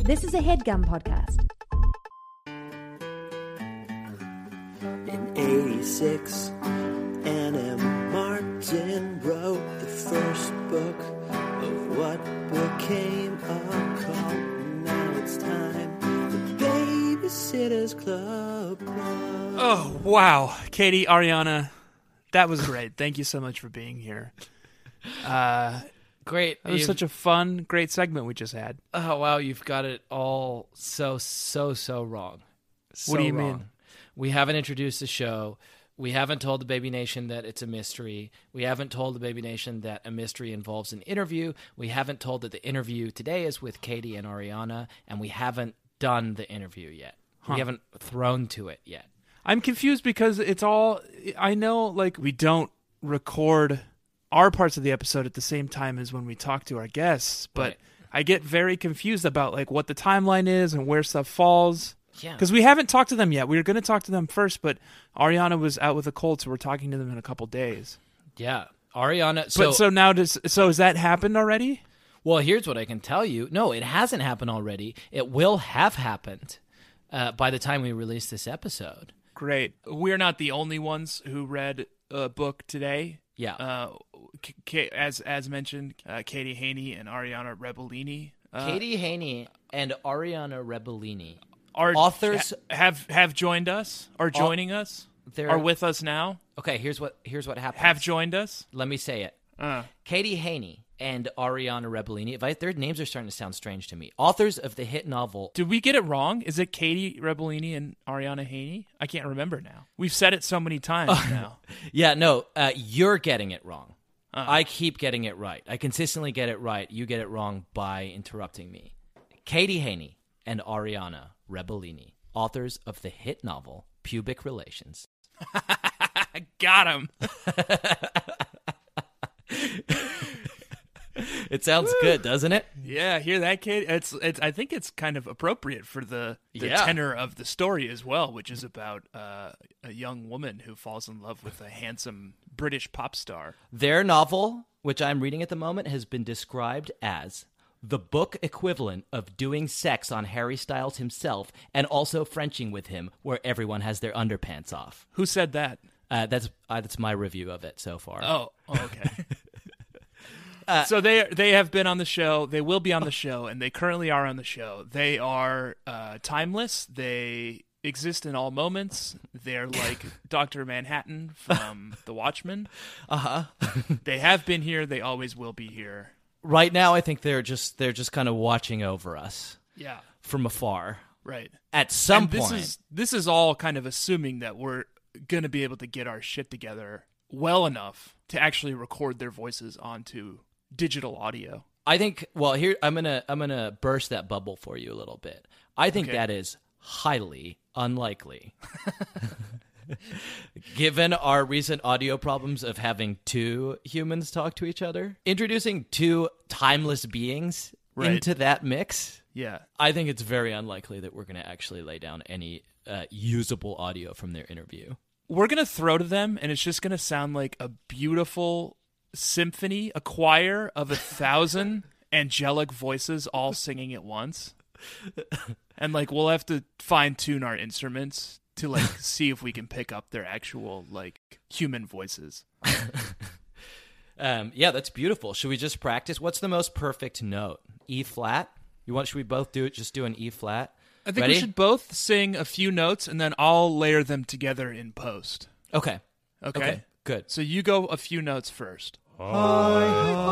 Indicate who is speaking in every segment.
Speaker 1: This is a headgum podcast.
Speaker 2: In 86, Anna Martin wrote the first book of what became a cult. Now it's time, the Babysitter's Club.
Speaker 3: Oh, wow. Katie, Ariana, that was great. Thank you so much for being here.
Speaker 4: Great.
Speaker 3: That was
Speaker 4: You've-
Speaker 3: such a fun, great segment we just had.
Speaker 4: oh wow, you've got it all so so so wrong. So
Speaker 3: What do you
Speaker 4: wrong.
Speaker 3: mean?
Speaker 4: We haven't introduced the show. We haven't told the Baby Nation that it's a mystery. We haven't told the Baby Nation that a mystery involves an interview. We haven't told that the interview today is with Katie and Ariana, and we haven't done the interview yet. We haven't thrown to it yet.
Speaker 3: I'm confused because it's all, I know, like, we don't record our parts of the episode at the same time as when we talk to our guests, but
Speaker 4: Right.
Speaker 3: I get very confused about, like, what the timeline is and where stuff falls.
Speaker 4: Yeah.
Speaker 3: Because we haven't talked to them yet. We were going to talk to them first, but Ariana was out with a cold, so we're talking to them in a couple days.
Speaker 4: Yeah. Ariana
Speaker 3: But so now does so has that happened already?
Speaker 4: Well, here's what I can tell you. No, it hasn't happened already. It will have happened uh, by the time we release this episode.
Speaker 3: Great. We're not the only ones who read a book today.
Speaker 4: Yeah.
Speaker 3: Uh, K- K- as as mentioned, uh, Katie Haney and Ariana Rebellini uh,
Speaker 4: Katie Haney and Ariana Rebellini.
Speaker 3: are
Speaker 4: authors-
Speaker 3: ha- have have joined us, are joining us,
Speaker 4: they're-
Speaker 3: are with us now,
Speaker 4: Okay, here's what here's what happened.
Speaker 3: have joined us.
Speaker 4: Let me say it.
Speaker 3: Uh,
Speaker 4: Katie Haney and Ariana Rebellini. If I, their names are starting to sound strange to me. Authors of the hit novel.
Speaker 3: did we get it wrong? Is it Katie Rebellini and Ariana Haney? I can't remember now. We've said it so many times now.
Speaker 4: Yeah, no, uh, you're getting it wrong.
Speaker 3: Uh.
Speaker 4: I keep getting it right. I consistently get it right. You get it wrong by interrupting me. Katie Haney and Ariana Rebellini, authors of the hit novel Pubic Relations.
Speaker 3: I got him.
Speaker 4: It sounds good, doesn't it?
Speaker 3: Yeah, hear that, kid? It's it's. I think it's kind of appropriate for the, the
Speaker 4: Yeah.
Speaker 3: tenor of the story as well, which is about uh, a young woman who falls in love with a handsome British pop star.
Speaker 4: Their novel, which I'm reading at the moment, has been described as the book equivalent of doing sex on Harry Styles himself and also Frenching with him, where everyone has their underpants off.
Speaker 3: Who said that?
Speaker 4: Uh, that's uh, that's my review of it so far.
Speaker 3: Oh, oh, okay. Uh, so they they have been on the show. They will be on the show, and they currently are on the show. They are uh, timeless. They exist in all moments. They're like Doctor Manhattan from The Watchmen. Uh huh. they have been here. They always will be here.
Speaker 4: right now i think they're just they're just kind of watching over us
Speaker 3: Yeah.
Speaker 4: from afar
Speaker 3: Right.
Speaker 4: at some
Speaker 3: And this
Speaker 4: point
Speaker 3: is this is all kind of assuming that we're going to be able to get our shit together well enough to actually record their voices onto digital audio.
Speaker 4: i think well here i'm gonna i'm gonna burst that bubble for you a little bit i think
Speaker 3: Okay.
Speaker 4: that is highly unlikely given our recent audio problems of having two humans talk to each other introducing two timeless beings
Speaker 3: Right.
Speaker 4: into that mix
Speaker 3: Yeah.
Speaker 4: i think it's very unlikely that we're gonna actually lay down any uh, usable audio from their interview
Speaker 3: We're going to throw to them and it's just going to sound like a beautiful symphony, a choir of a thousand angelic voices all singing at once. And like we'll have to fine tune our instruments to like see if we can pick up their actual like human voices.
Speaker 4: Um, yeah, that's beautiful. Should we just practice? What's the most perfect note? E flat. You want? Should we both do it? Just do an E flat.
Speaker 3: I think
Speaker 4: Ready?
Speaker 3: we should both sing a few notes and then I'll layer them together in post.
Speaker 4: Okay.
Speaker 3: Okay.
Speaker 4: Okay. Good.
Speaker 3: So you go a few notes first.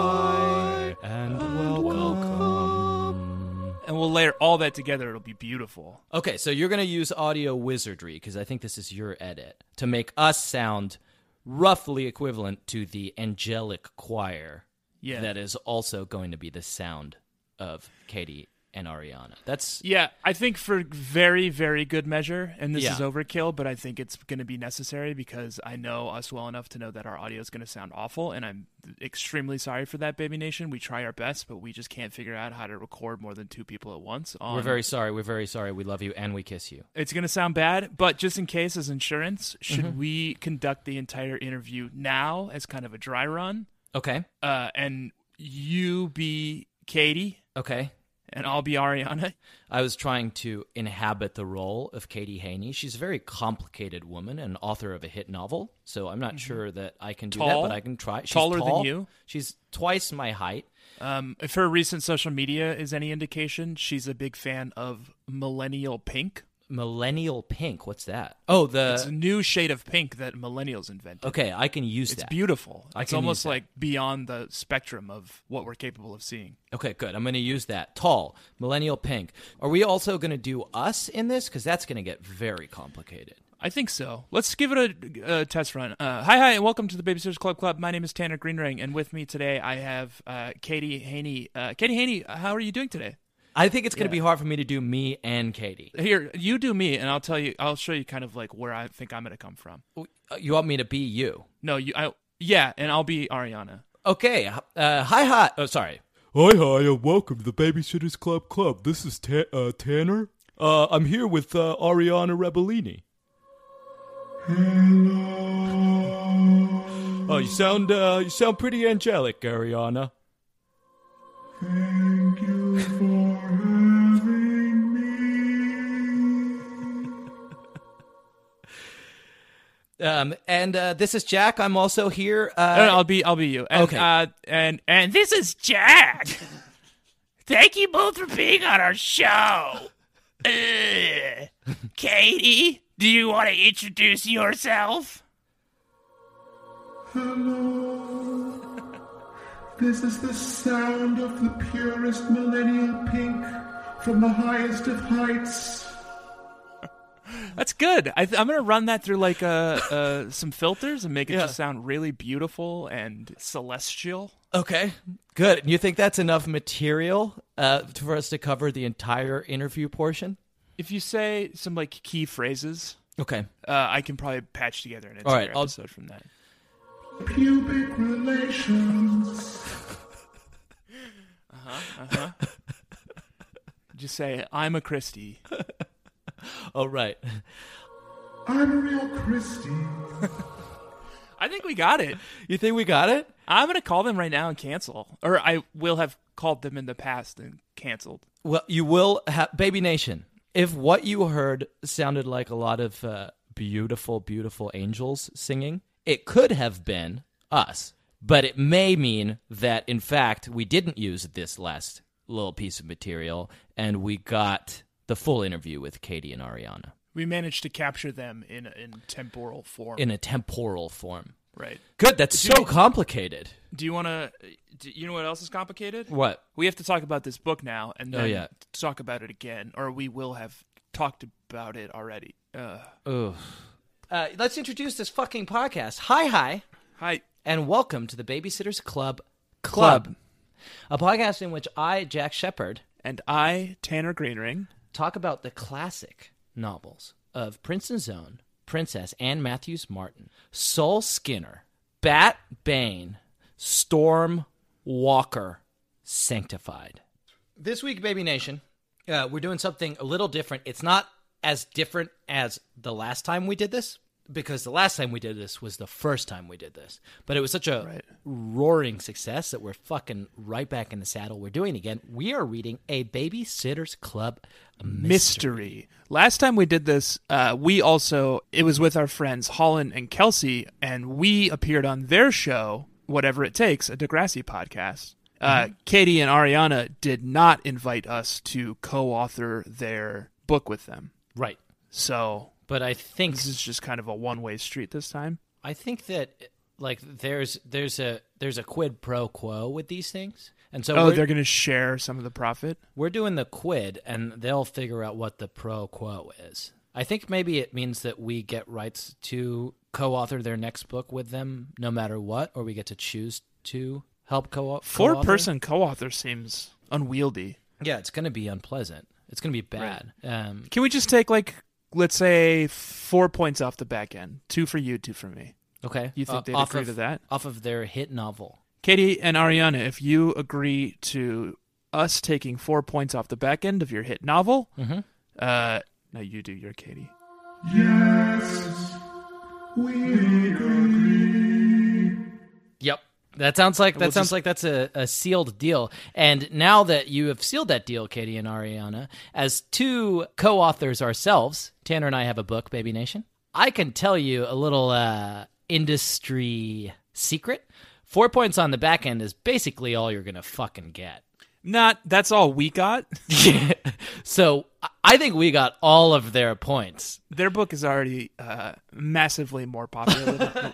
Speaker 4: And welcome.
Speaker 3: And we'll layer all that together. It'll be beautiful.
Speaker 4: Okay, so you're gonna use audio wizardry because I think this is your edit to make us sound roughly equivalent to the angelic choir.
Speaker 3: Yeah.
Speaker 4: That is also going to be the sound of Katie and Ariana. That's
Speaker 3: Yeah, I think for very, very good measure, and this
Speaker 4: Yeah.
Speaker 3: is overkill, but I think it's going to be necessary because I know us well enough to know that our audio is going to sound awful, and I'm extremely sorry for that, Baby Nation. We try our best, but we just can't figure out how to record more than two people at once. On
Speaker 4: we're very sorry. We're very sorry. We love you and we kiss you.
Speaker 3: It's going to sound bad, but just in case, as insurance, should
Speaker 4: Mm-hmm.
Speaker 3: we conduct the entire interview now as kind of a dry run?
Speaker 4: Okay.
Speaker 3: Uh, and you be Katie
Speaker 4: Okay.
Speaker 3: and I'll be Ariana.
Speaker 4: I was trying to inhabit the role of Katie Haney. She's a very complicated woman and author of a hit novel, so I'm not sure that I can do
Speaker 3: Tall.
Speaker 4: that, but I can try. She's
Speaker 3: Taller than
Speaker 4: tall.
Speaker 3: you.
Speaker 4: She's twice my height.
Speaker 3: Um, if her recent social media is any indication, she's a big fan of millennial pink.
Speaker 4: Millennial pink. What's that? Oh,
Speaker 3: It's a
Speaker 4: the
Speaker 3: new shade of pink that millennials invented.
Speaker 4: okay. I can use
Speaker 3: It's
Speaker 4: that.
Speaker 3: beautiful.
Speaker 4: I
Speaker 3: it's
Speaker 4: can use
Speaker 3: almost
Speaker 4: that.
Speaker 3: like beyond the spectrum of what we're capable of seeing.
Speaker 4: Okay, good. I'm going to use that. Tall, millennial pink. Are we also going to do us in this? Because that's going to get very complicated.
Speaker 3: I think so. Let's give it a, a test run. Uh, hi, hi, and welcome to the Babysitters Club Club. My name is Tanner Greenring, and with me today I have uh, Katie Haney. Uh, Katie Haney, how are you doing today?
Speaker 4: I think it's going to be hard for me to do me and Katie.
Speaker 3: Here, you do me, and I'll tell you. I'll show you kind of like where I think I'm going to come from.
Speaker 4: uh, You want me to be you?
Speaker 3: No, you. I yeah, and I'll be Ariana.
Speaker 4: Okay. Uh, hi, hi. Oh, sorry.
Speaker 5: Hi, hi, and welcome to the Babysitters Club Club. This is Ta- uh, Tanner. Uh, I'm here with uh, Ariana Rebellini. Hello. Oh, you sound uh, you sound pretty angelic, Ariana.
Speaker 4: Um, and uh, this is Jack. I'm also here.
Speaker 3: No, no,
Speaker 4: Uh,
Speaker 3: I'll be I'll be you. And,
Speaker 4: Okay.
Speaker 3: Uh, and and this is Jack. Thank you both for being on our show. Ugh. Katie, do you want to introduce yourself?
Speaker 6: Hello. This is the sound of the purest millennial pink from the highest of heights.
Speaker 3: That's good. I th- I'm gonna run that through like uh, uh some filters and make it
Speaker 4: Yeah.
Speaker 3: just sound really beautiful and celestial.
Speaker 4: okay. Good. You think that's enough material uh, for us to cover the entire interview portion?
Speaker 3: If you say some like key phrases,
Speaker 4: Okay.
Speaker 3: uh, I can probably patch together an
Speaker 4: All
Speaker 3: entire
Speaker 4: right, I'll-
Speaker 3: episode from that.
Speaker 6: Pubic relations.
Speaker 3: Just say I'm a Christie.
Speaker 4: Oh, right.
Speaker 6: I'm a real Christie.
Speaker 3: I think we got it.
Speaker 4: You think we got it?
Speaker 3: I'm gonna call them right now and cancel, or I will have called them in the past and canceled.
Speaker 4: Well, you will have Baby Nation. If what you heard sounded like a lot of uh, beautiful, beautiful angels singing, it could have been us. But it may mean that, in fact, we didn't use this last little piece of material and we got the full interview with Katie and Ariana
Speaker 3: We managed to capture them in in temporal form,
Speaker 4: in a temporal form.
Speaker 3: right?
Speaker 4: Good, that's so complicated.
Speaker 3: Do you want to? You know what else is complicated?
Speaker 4: What?
Speaker 3: We have to talk about this book now, and
Speaker 4: Oh,
Speaker 3: then
Speaker 4: yeah.
Speaker 3: talk about it again, or we will have talked about it already. Uh,
Speaker 4: Ugh. Uh, let's introduce this fucking podcast. Hi, hi.
Speaker 3: hi,
Speaker 4: and welcome to the Babysitters Club
Speaker 3: Club.
Speaker 4: Club, a podcast in which I, Jack Shepard,
Speaker 3: and I, Tanner Greenring.
Speaker 4: talk about the classic novels of Princeton's Zone, Princess Anne Matthews Martin, Sol Skinner, Bat Bane, Storm Walker, Sanctified. This week, Baby Nation, uh, we're doing something a little different. It's not as different as the last time we did this because the last time we did this was the first time we did this. But it was such a roaring success that we're fucking right back in the saddle. We're doing it again. We are reading a Babysitter's Club
Speaker 3: mystery. Last time we did this, uh, we also it was with our friends Holland and Kelsey, and we appeared on their show, whatever it takes, a Degrassi podcast.
Speaker 4: Mm-hmm.
Speaker 3: Uh, Katie and Ariana did not invite us to co-author their book with them,
Speaker 4: Right.
Speaker 3: so
Speaker 4: But I think
Speaker 3: this is just kind of a one-way street this time.
Speaker 4: I think that like there's there's a there's a quid pro quo with these things, and so
Speaker 3: Oh,
Speaker 4: we're,
Speaker 3: they're going to share some of the profit.
Speaker 4: we're doing the quid, and they'll figure out what the pro quo is. I think maybe it means that we get rights to co-author their next book with them, no matter what, or we get to choose to help co- co-author.
Speaker 3: Four-person co-author seems unwieldy.
Speaker 4: yeah, it's going to be unpleasant. It's going to be bad. Um,
Speaker 3: Can we just take like let's say four points off the back end, two for you, two for me.
Speaker 4: okay,
Speaker 3: You think they'd
Speaker 4: off
Speaker 3: agree
Speaker 4: of,
Speaker 3: to that?
Speaker 4: Off of their hit novel.
Speaker 3: Katie and Ariana, if you agree to us taking four points off the back end of your hit novel, uh, no, you do your Katie.
Speaker 6: Yes. We agree.
Speaker 4: Yep. That sounds like that
Speaker 3: We'll
Speaker 4: sounds
Speaker 3: just-
Speaker 4: like that's a, a sealed deal. And now that you have sealed that deal, Katie and Ariana, as two co-authors ourselves, Tanner and I have a book, Baby Nation. I can tell you a little uh, industry secret. Four points on the back end is basically all you're gonna fucking get.
Speaker 3: Not that's all we got.
Speaker 4: so I- I think we got all of their points.
Speaker 3: Their book is already uh, massively more popular. than-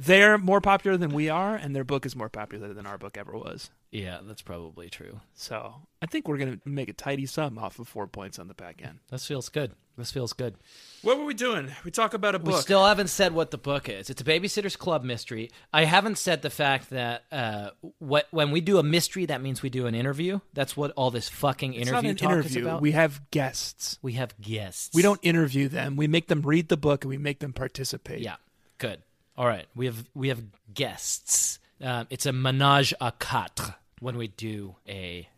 Speaker 3: They're more popular than we are, and their book is more popular than our book ever was.
Speaker 4: Yeah, that's probably true.
Speaker 3: So I think we're gonna make a tidy sum off of four points on the back end.
Speaker 4: This feels good. This feels good.
Speaker 3: What were we doing? We talk about a book.
Speaker 4: We still haven't said what the book is. It's a Babysitter's Club mystery. I haven't said the fact that uh, what when we do a mystery, that means we do an interview. That's what all this fucking
Speaker 3: it's not
Speaker 4: interview
Speaker 3: an
Speaker 4: talk
Speaker 3: interview.
Speaker 4: is about.
Speaker 3: We have guests.
Speaker 4: we have guests.
Speaker 3: We don't interview them. We make them read the book and we make them participate.
Speaker 4: Yeah, good. All right, we have we have guests. Um, it's a menage à quatre when we do a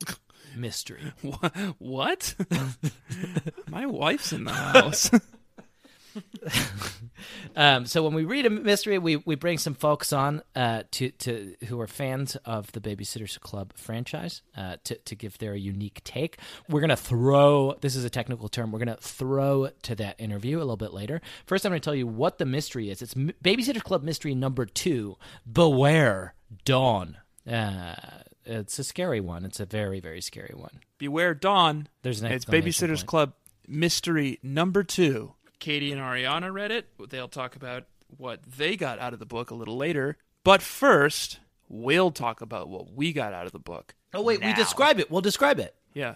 Speaker 4: mystery.
Speaker 3: Wha- What? My wife's in the house.
Speaker 4: Um, so when we read a mystery, we, we bring some folks on uh, to to who are fans of the Babysitters Club franchise uh, to to give their unique take. We're gonna throw this is a technical term. We're gonna throw to that interview a little bit later. First, I'm gonna tell you what the mystery is. It's M- Babysitters Club mystery number two. Beware Dawn. Uh, it's a scary one. It's a very very scary one.
Speaker 3: Beware Dawn.
Speaker 4: There's an
Speaker 3: It's
Speaker 4: exclamation
Speaker 3: Babysitter's
Speaker 4: point.
Speaker 3: Club Mystery Number Two. Katie and Ariana read it. They'll talk about what they got out of the book a little later. But first, we'll talk about what we got out of the book.
Speaker 4: Oh wait, we describe it. We'll describe it.
Speaker 3: Yeah.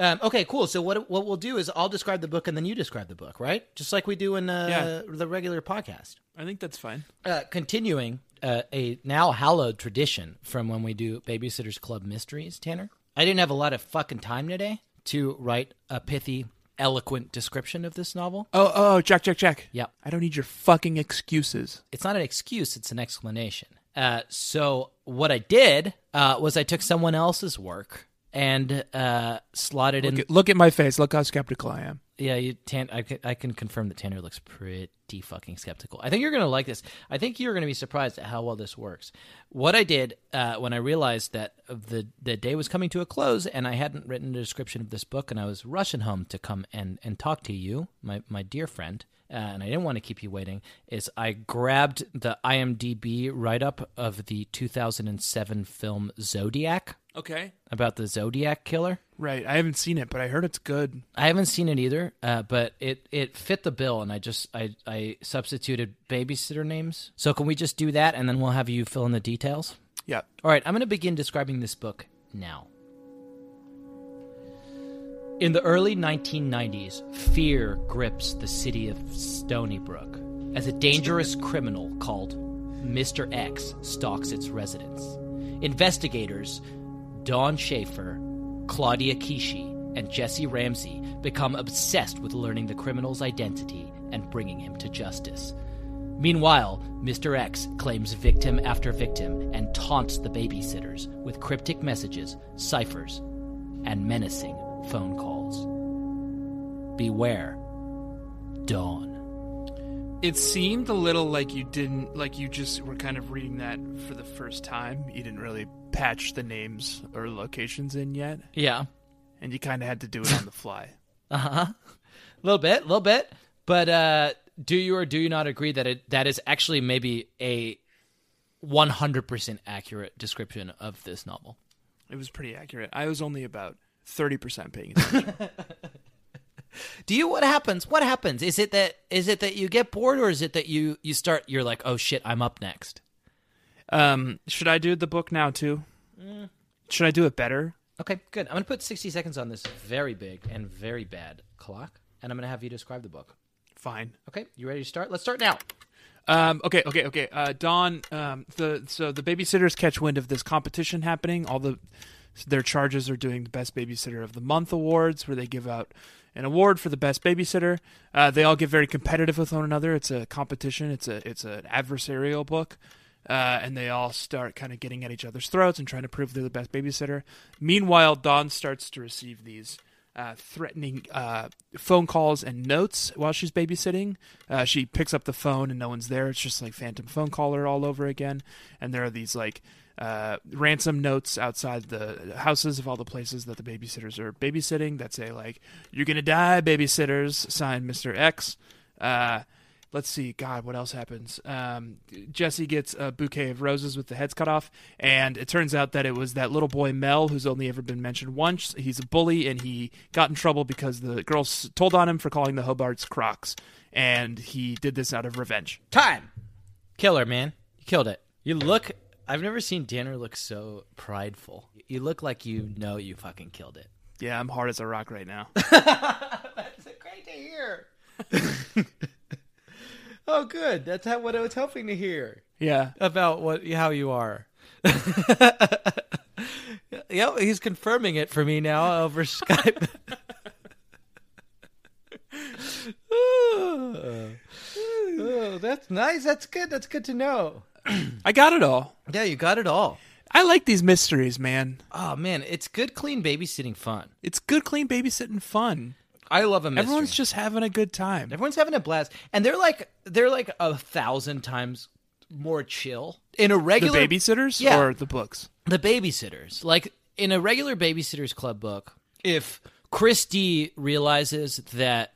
Speaker 4: Um, okay, cool. So what what we'll do is I'll describe the book and then you describe the book, right? Just like we do in uh, the regular podcast.
Speaker 3: I think that's fine.
Speaker 4: Uh, continuing uh, a now hallowed tradition from when we do Babysitters Club mysteries, Tanner. I didn't have a lot of fucking time today to write a pithy, eloquent description of this novel.
Speaker 3: Oh, oh, check, check, check.
Speaker 4: Yep.
Speaker 3: I don't need your fucking excuses.
Speaker 4: It's not an excuse; it's an explanation. Uh, so what I did uh, was I took someone else's work and uh, slotted in.
Speaker 3: Look at, look at my face. Look how skeptical I am.
Speaker 4: Yeah, you Tan- I can I can confirm that Tanner looks pretty fucking skeptical. I think you're gonna like this. I think you're gonna be surprised at how well this works. What I did uh, when I realized that the the day was coming to a close and I hadn't written a description of this book and I was rushing home to come and and talk to you, my my dear friend, uh, and I didn't want to keep you waiting, is I grabbed the IMDb write up of the 2007 film Zodiac
Speaker 3: Okay.
Speaker 4: about the Zodiac killer.
Speaker 3: Right. I haven't seen it, but I heard it's good.
Speaker 4: I haven't seen it either, uh, but it, it fit the bill, and I just I, I substituted babysitter names. So can we just do that, and then we'll have you fill in the details?
Speaker 3: Yeah.
Speaker 4: All right, I'm going to begin describing this book now. In the early 1990s, fear grips the city of Stony Brook as a dangerous criminal called Mr. X stalks its residents. Investigators Dawn Schaefer, Claudia Kishi, and Jesse Ramsey become obsessed with learning the criminal's identity and bringing him to justice. Meanwhile, Mr. X claims victim after victim and taunts the babysitters with cryptic messages, ciphers, and menacing phone calls. Beware, Dawn.
Speaker 3: It seemed a little like you didn't, like you just were kind of reading that for the first time. You didn't really patch the names or locations in yet,
Speaker 4: Yeah,
Speaker 3: and you kind of had to do it on the fly.
Speaker 4: uh huh. A little bit, a little bit. But uh, do you or do you not agree that it that is actually maybe a 100% accurate description of this novel?
Speaker 3: It was pretty accurate. I was only about 30% paying attention.
Speaker 4: do you what happens what happens is it that is it that you get bored or is it that you you start you're like oh shit i'm up next
Speaker 3: um, should I do the book now, too? Should I do it better?
Speaker 4: okay good i'm gonna put 60 seconds on this very big and very bad clock and i'm gonna have you describe the book
Speaker 3: Fine.
Speaker 4: okay you ready to start let's start now
Speaker 3: Um, okay, okay, okay. Uh, Don, um, the so the babysitters catch wind of this competition happening. All the their charges are doing the best babysitter of the month awards, where they give out an award for the best babysitter. Uh, they all get very competitive with one another. It's a competition. It's a it's an adversarial book. Uh, and they all start kind of getting at each other's throats and trying to prove they're the best babysitter. Meanwhile, Don starts to receive these uh, threatening uh, phone calls and notes while she's babysitting. Uh, she picks up the phone and no one's there. It's just like phantom phone caller all over again. And there are these like uh, ransom notes outside the houses of all the places that the babysitters are babysitting that say like "You're gonna die, babysitters." Signed, Mister X. Uh, let's see god what else happens um, jesse gets a bouquet of roses with the heads cut off and it turns out that it was that little boy mel who's only ever been mentioned once he's a bully and he got in trouble because the girls told on him for calling the hobarts crocs and he did this out of revenge
Speaker 7: Time.
Speaker 4: Killer, man. You killed it. You look. I've never seen Danner look so prideful. You look like you know you fucking killed it.
Speaker 3: yeah i'm hard as a rock right now
Speaker 7: That's great to hear. oh, good. That's how, what I was hoping to hear
Speaker 3: yeah
Speaker 4: About what, how you are. yep, he's confirming it for me now over Skype.
Speaker 7: Oh, that's nice. That's good. That's good to know.
Speaker 3: i got it all
Speaker 4: yeah, you got it all.
Speaker 3: i like these mysteries man
Speaker 4: Oh man, it's good, clean babysitting fun.
Speaker 3: it's good clean babysitting fun
Speaker 4: I love a mystery.
Speaker 3: everyone's just having a good time
Speaker 4: Everyone's having a blast, and they're like they're like a thousand times more chill in a
Speaker 3: the
Speaker 4: regular
Speaker 3: babysitters
Speaker 4: Yeah.
Speaker 3: or the books
Speaker 4: the babysitters like in a regular babysitters club book. If Christy realizes that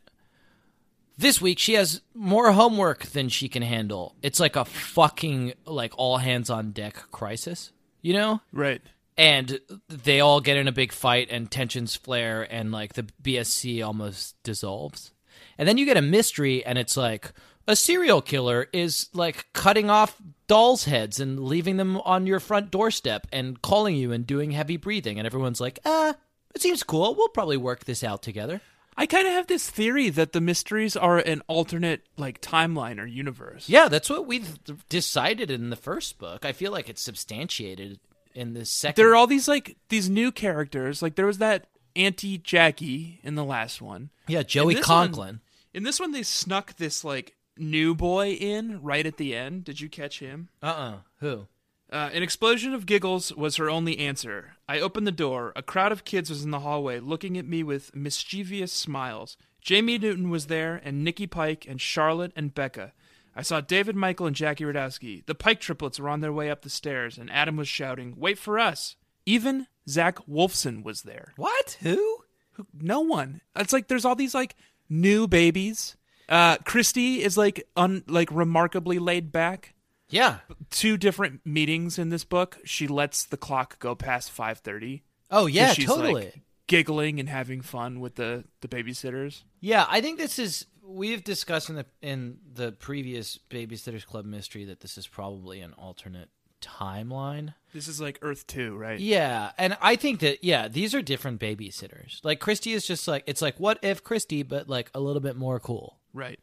Speaker 4: this week she has more homework than she can handle, it's like a fucking like all hands on deck crisis, you know?
Speaker 3: right
Speaker 4: and they all get in a big fight and tensions flare and like the BSC almost dissolves. And then you get a mystery and it's like a serial killer is like cutting off dolls' heads and leaving them on your front doorstep and calling you and doing heavy breathing and everyone's like, "Ah, it seems cool. We'll probably work this out together."
Speaker 3: I kind of have this theory that the mysteries are an alternate like timeline or universe.
Speaker 4: Yeah, that's what we decided in the first book. I feel like it's substantiated in the second.
Speaker 3: There are all these like these new characters. Like there was that Auntie Jackie in the last one.
Speaker 4: yeah, Joey
Speaker 3: In this
Speaker 4: Conklin.
Speaker 3: one- in this one they snuck this like new boy in right at the end. Did you catch him?
Speaker 4: Uh-uh. Who?
Speaker 3: Uh, an explosion of giggles was her only answer. I opened the door. A crowd of kids was in the hallway, looking at me with mischievous smiles. Jamie Newton was there, and Nikki Pike, and Charlotte, and Becca. I saw David Michael and Jackie Radowski. The Pike triplets were on their way up the stairs, and Adam was shouting, Wait for us! Even Zach Wolfson was there.
Speaker 4: What? Who?
Speaker 3: Who- No one. It's like there's all these like new babies. Uh, Christy is like un like remarkably laid back
Speaker 4: Yeah.
Speaker 3: two different meetings in this book she lets the clock go past 5.30
Speaker 4: Oh yeah,
Speaker 3: she's
Speaker 4: totally.
Speaker 3: like giggling and having fun with the, the babysitters
Speaker 4: Yeah, I think this is we've discussed in the in the previous Babysitters Club mystery that this is probably an alternate timeline.
Speaker 3: this is like earth 2 right
Speaker 4: Yeah, and I think that yeah, these are different babysitters. Like Christy is just like it's like what if Christy but like a little bit more cool.
Speaker 3: right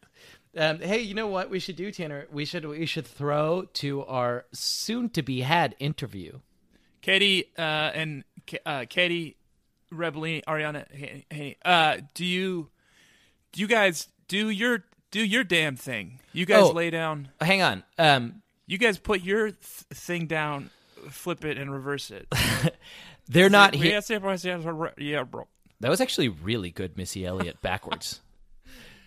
Speaker 4: Um, hey, you know what we should do, Tanner? We should we should throw to our soon to be had interview.
Speaker 3: katie uh, and K- uh, katie rebellini ariana Haney- Haney, uh, do you do you guys do your do your damn thing you guys
Speaker 4: Oh.
Speaker 3: lay down
Speaker 4: Hang on. Um,
Speaker 3: you guys put your th- thing down flip it and reverse it
Speaker 4: they're not here.
Speaker 3: yeah yeah, bro
Speaker 4: That was actually really good, Missy Elliott backwards.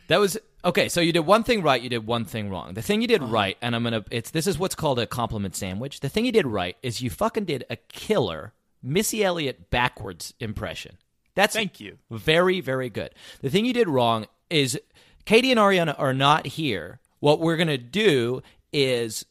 Speaker 4: that was okay. So you did one thing right. You did one thing wrong. The thing you
Speaker 3: Uh-huh.
Speaker 4: did right, and I'm gonna. It's this is what's called a compliment sandwich. The thing you did right is you fucking did a killer Missy Elliott backwards impression. That's
Speaker 3: Thank you.
Speaker 4: Very very good. The thing you did wrong is Katie and Ariana are not here. What we're gonna do is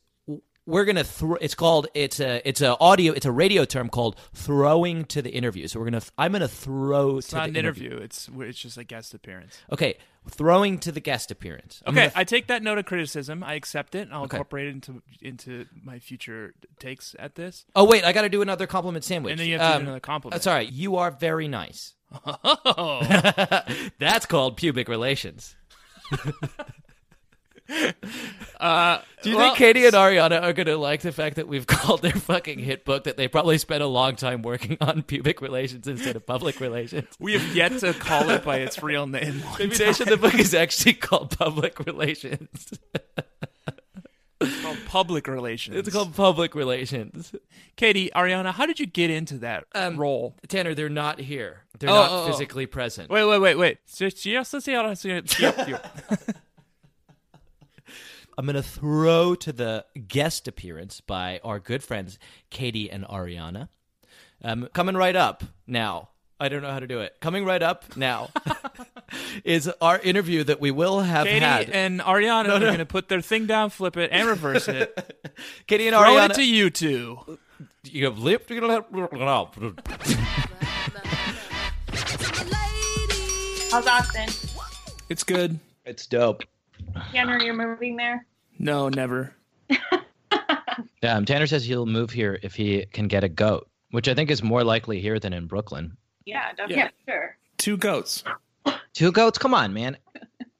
Speaker 4: we're gonna throw. It's called it's a it's a audio it's a radio term called throwing to the interview. So we're gonna th- I'm gonna throw
Speaker 3: it's
Speaker 4: to
Speaker 3: not
Speaker 4: the
Speaker 3: an interview it's it's just a guest appearance
Speaker 4: Okay, throwing to the guest appearance. I'm
Speaker 3: Okay,
Speaker 4: gonna-
Speaker 3: I take that note of criticism. I accept it. and I'll
Speaker 4: Okay.
Speaker 3: incorporate it into into my future takes at this.
Speaker 4: oh wait, I got to do another compliment sandwich.
Speaker 3: And
Speaker 4: Um,
Speaker 3: then you have to do another compliment.
Speaker 4: That's all right. You are very nice.
Speaker 3: Oh,
Speaker 4: That's called pubic relations. Do you
Speaker 3: well-
Speaker 4: think Katie and Ariana are going to like the fact that we've called their fucking hit book that they probably spent a long time working on pubic relations instead of public relations?
Speaker 3: we have yet to call it by its real name. one
Speaker 4: Maybe
Speaker 3: time.
Speaker 4: they should- the book is actually called public relations.
Speaker 3: It's called public relations.
Speaker 4: It's called public relations.
Speaker 3: Katie, Ariana, how did you get into that
Speaker 8: Um,
Speaker 3: role?
Speaker 8: Tanner, they're not here. They're
Speaker 3: Oh,
Speaker 8: not
Speaker 3: oh, oh.
Speaker 8: physically present.
Speaker 3: Wait, wait, wait, wait. So she also said- yeah, yeah.
Speaker 4: I'm going to throw to the guest appearance by our good friends, Katie and Ariana. Um, coming right up now. I don't know how to do it. Coming right up now is our interview that we will have
Speaker 3: Katie
Speaker 4: had.
Speaker 3: and Ariana are going to put their thing down, flip it, and reverse it.
Speaker 4: Katie and
Speaker 3: Throw
Speaker 4: Ariana.
Speaker 3: it to you two.
Speaker 4: you have lip. You don't have-
Speaker 9: How's Austin?
Speaker 3: It's good.
Speaker 10: It's dope.
Speaker 9: Tanner, you're moving there?
Speaker 3: No, never.
Speaker 4: Um, Tanner says he'll move here if he can get a goat, which I think is more likely here than in Brooklyn.
Speaker 9: Yeah, definitely.
Speaker 3: Yeah.
Speaker 9: sure.
Speaker 3: Two goats.
Speaker 4: Two goats? Come on, man.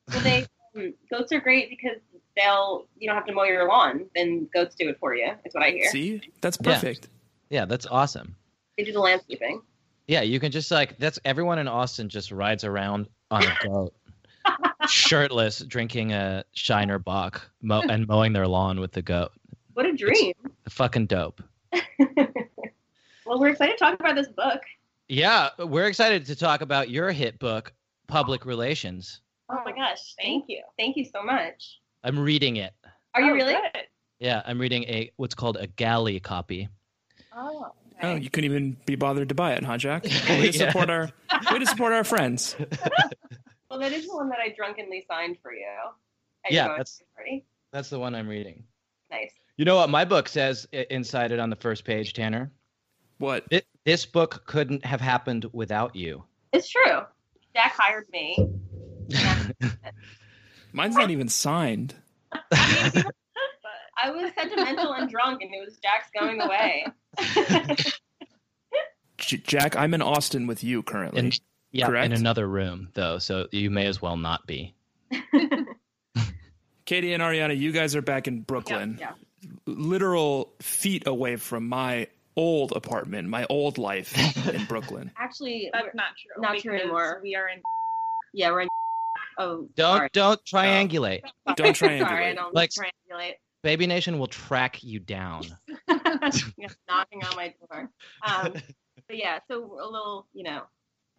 Speaker 9: Well, they um, goats are great because they'll you don't have to mow your lawn, and goats do it for you. Is what I hear.
Speaker 3: See, that's
Speaker 4: Yeah.
Speaker 3: perfect.
Speaker 4: Yeah, that's awesome.
Speaker 9: They do the landscaping.
Speaker 4: Yeah, you can just like that's everyone in Austin just rides around on a goat, shirtless, drinking a Shiner Bach mo- and mowing their lawn with the goat.
Speaker 9: What a dream!
Speaker 4: Fucking dope.
Speaker 9: well, we're excited to talk about this book.
Speaker 4: Yeah, we're excited to talk about your hit book, Public Relations.
Speaker 9: Oh my gosh! Thank you. Oh, Thank you so much.
Speaker 4: I'm reading it.
Speaker 9: Are you really?
Speaker 4: Yeah, I'm reading a what's called a galley copy.
Speaker 9: Oh.
Speaker 3: Oh, you couldn't even be bothered to buy it, huh, Jack? Way to
Speaker 4: Yeah.
Speaker 3: support our, way to support our friends.
Speaker 9: Well, that is the one that I drunkenly signed for you. at
Speaker 4: Yeah,
Speaker 9: your
Speaker 4: that's-
Speaker 9: party.
Speaker 4: That's the one I'm reading.
Speaker 9: Nice.
Speaker 4: You know what my book says i- inside it on the first page, Tanner?
Speaker 3: What?
Speaker 4: Thi- this book couldn't have happened without you.
Speaker 9: It's true. Jack hired me.
Speaker 3: Mine's not even signed.
Speaker 9: I was sentimental and drunk, and it was Jack's going away.
Speaker 3: J- Jack, I'm in Austin with you currently.
Speaker 4: And- Yeah,
Speaker 3: Correct?
Speaker 4: in another room though, so you may as well not be.
Speaker 3: Katie and Ariana, you guys are back in Brooklyn,
Speaker 9: Yeah,
Speaker 3: literal feet away from my old apartment, my old life in Brooklyn.
Speaker 9: Actually,
Speaker 11: That's
Speaker 9: we're-
Speaker 11: not true.
Speaker 9: Not true
Speaker 11: because
Speaker 9: anymore.
Speaker 11: We are in.
Speaker 9: yeah, we're in. Oh,
Speaker 4: Don't
Speaker 9: sorry.
Speaker 4: don't triangulate.
Speaker 3: Don't
Speaker 9: Sorry, I
Speaker 3: triangulate.
Speaker 9: don't
Speaker 4: Like-
Speaker 9: triangulate.
Speaker 4: Baby Nation will track you down.
Speaker 9: Just knocking on my door. Um, but yeah, so we're a little, you know,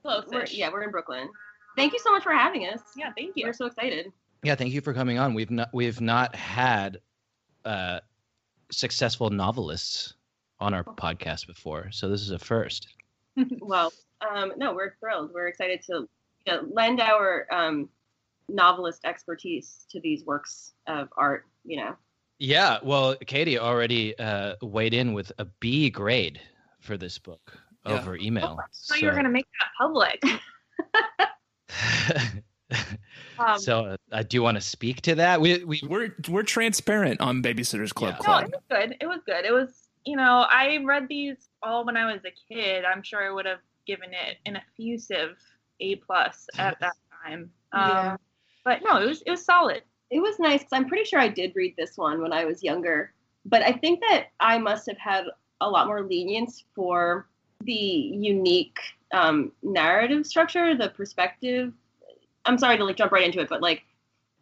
Speaker 9: we're,
Speaker 11: Close-ish.
Speaker 9: yeah, we're in Brooklyn. Thank you so much for having us.
Speaker 11: Yeah, Thank you.
Speaker 9: We're so excited.
Speaker 4: Yeah, thank you for coming on. We've not we've not had uh successful novelists on our podcast before, so this is a first.
Speaker 9: Well, um, no, we're thrilled. We're excited to you know, lend our um, novelist expertise to these works of art. You know,
Speaker 4: Yeah, well, Katie already uh, weighed in with a B grade for this book
Speaker 3: Yeah.
Speaker 4: over email.
Speaker 11: So Oh, you were gonna make that public. Um,
Speaker 4: so uh, I do want to speak to that. We we
Speaker 3: We're we're transparent on Babysitters Club.
Speaker 4: Yeah.
Speaker 11: no,
Speaker 3: Club.
Speaker 11: it was good. It was good. It was. You know, I read these all when I was a kid. I'm sure I would have given it an effusive A plus at that time. Um,
Speaker 9: Yeah.
Speaker 11: But no, it was it was solid.
Speaker 9: it was nice 'cause I'm pretty sure I did read this one when I was younger, but I think that I must have had a lot more lenience for the unique um, narrative structure, the perspective. I'm sorry to like jump right into it, but like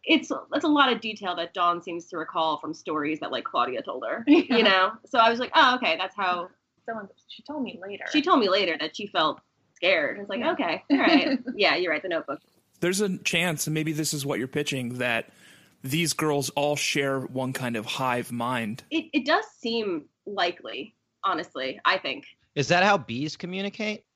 Speaker 9: it's that's a lot of detail that Dawn seems to recall from stories that like Claudia told her, you know. So I was like, oh okay, that's how
Speaker 11: Someone she told me later.
Speaker 9: she told me later that she felt scared. It's like
Speaker 11: Yeah.
Speaker 9: okay, all right, yeah, you're right. The Notebook.
Speaker 3: There's a chance, and maybe this is what you're pitching, that these girls all share one kind of hive mind.
Speaker 9: It it does seem likely, honestly. I think.
Speaker 4: is that how bees communicate?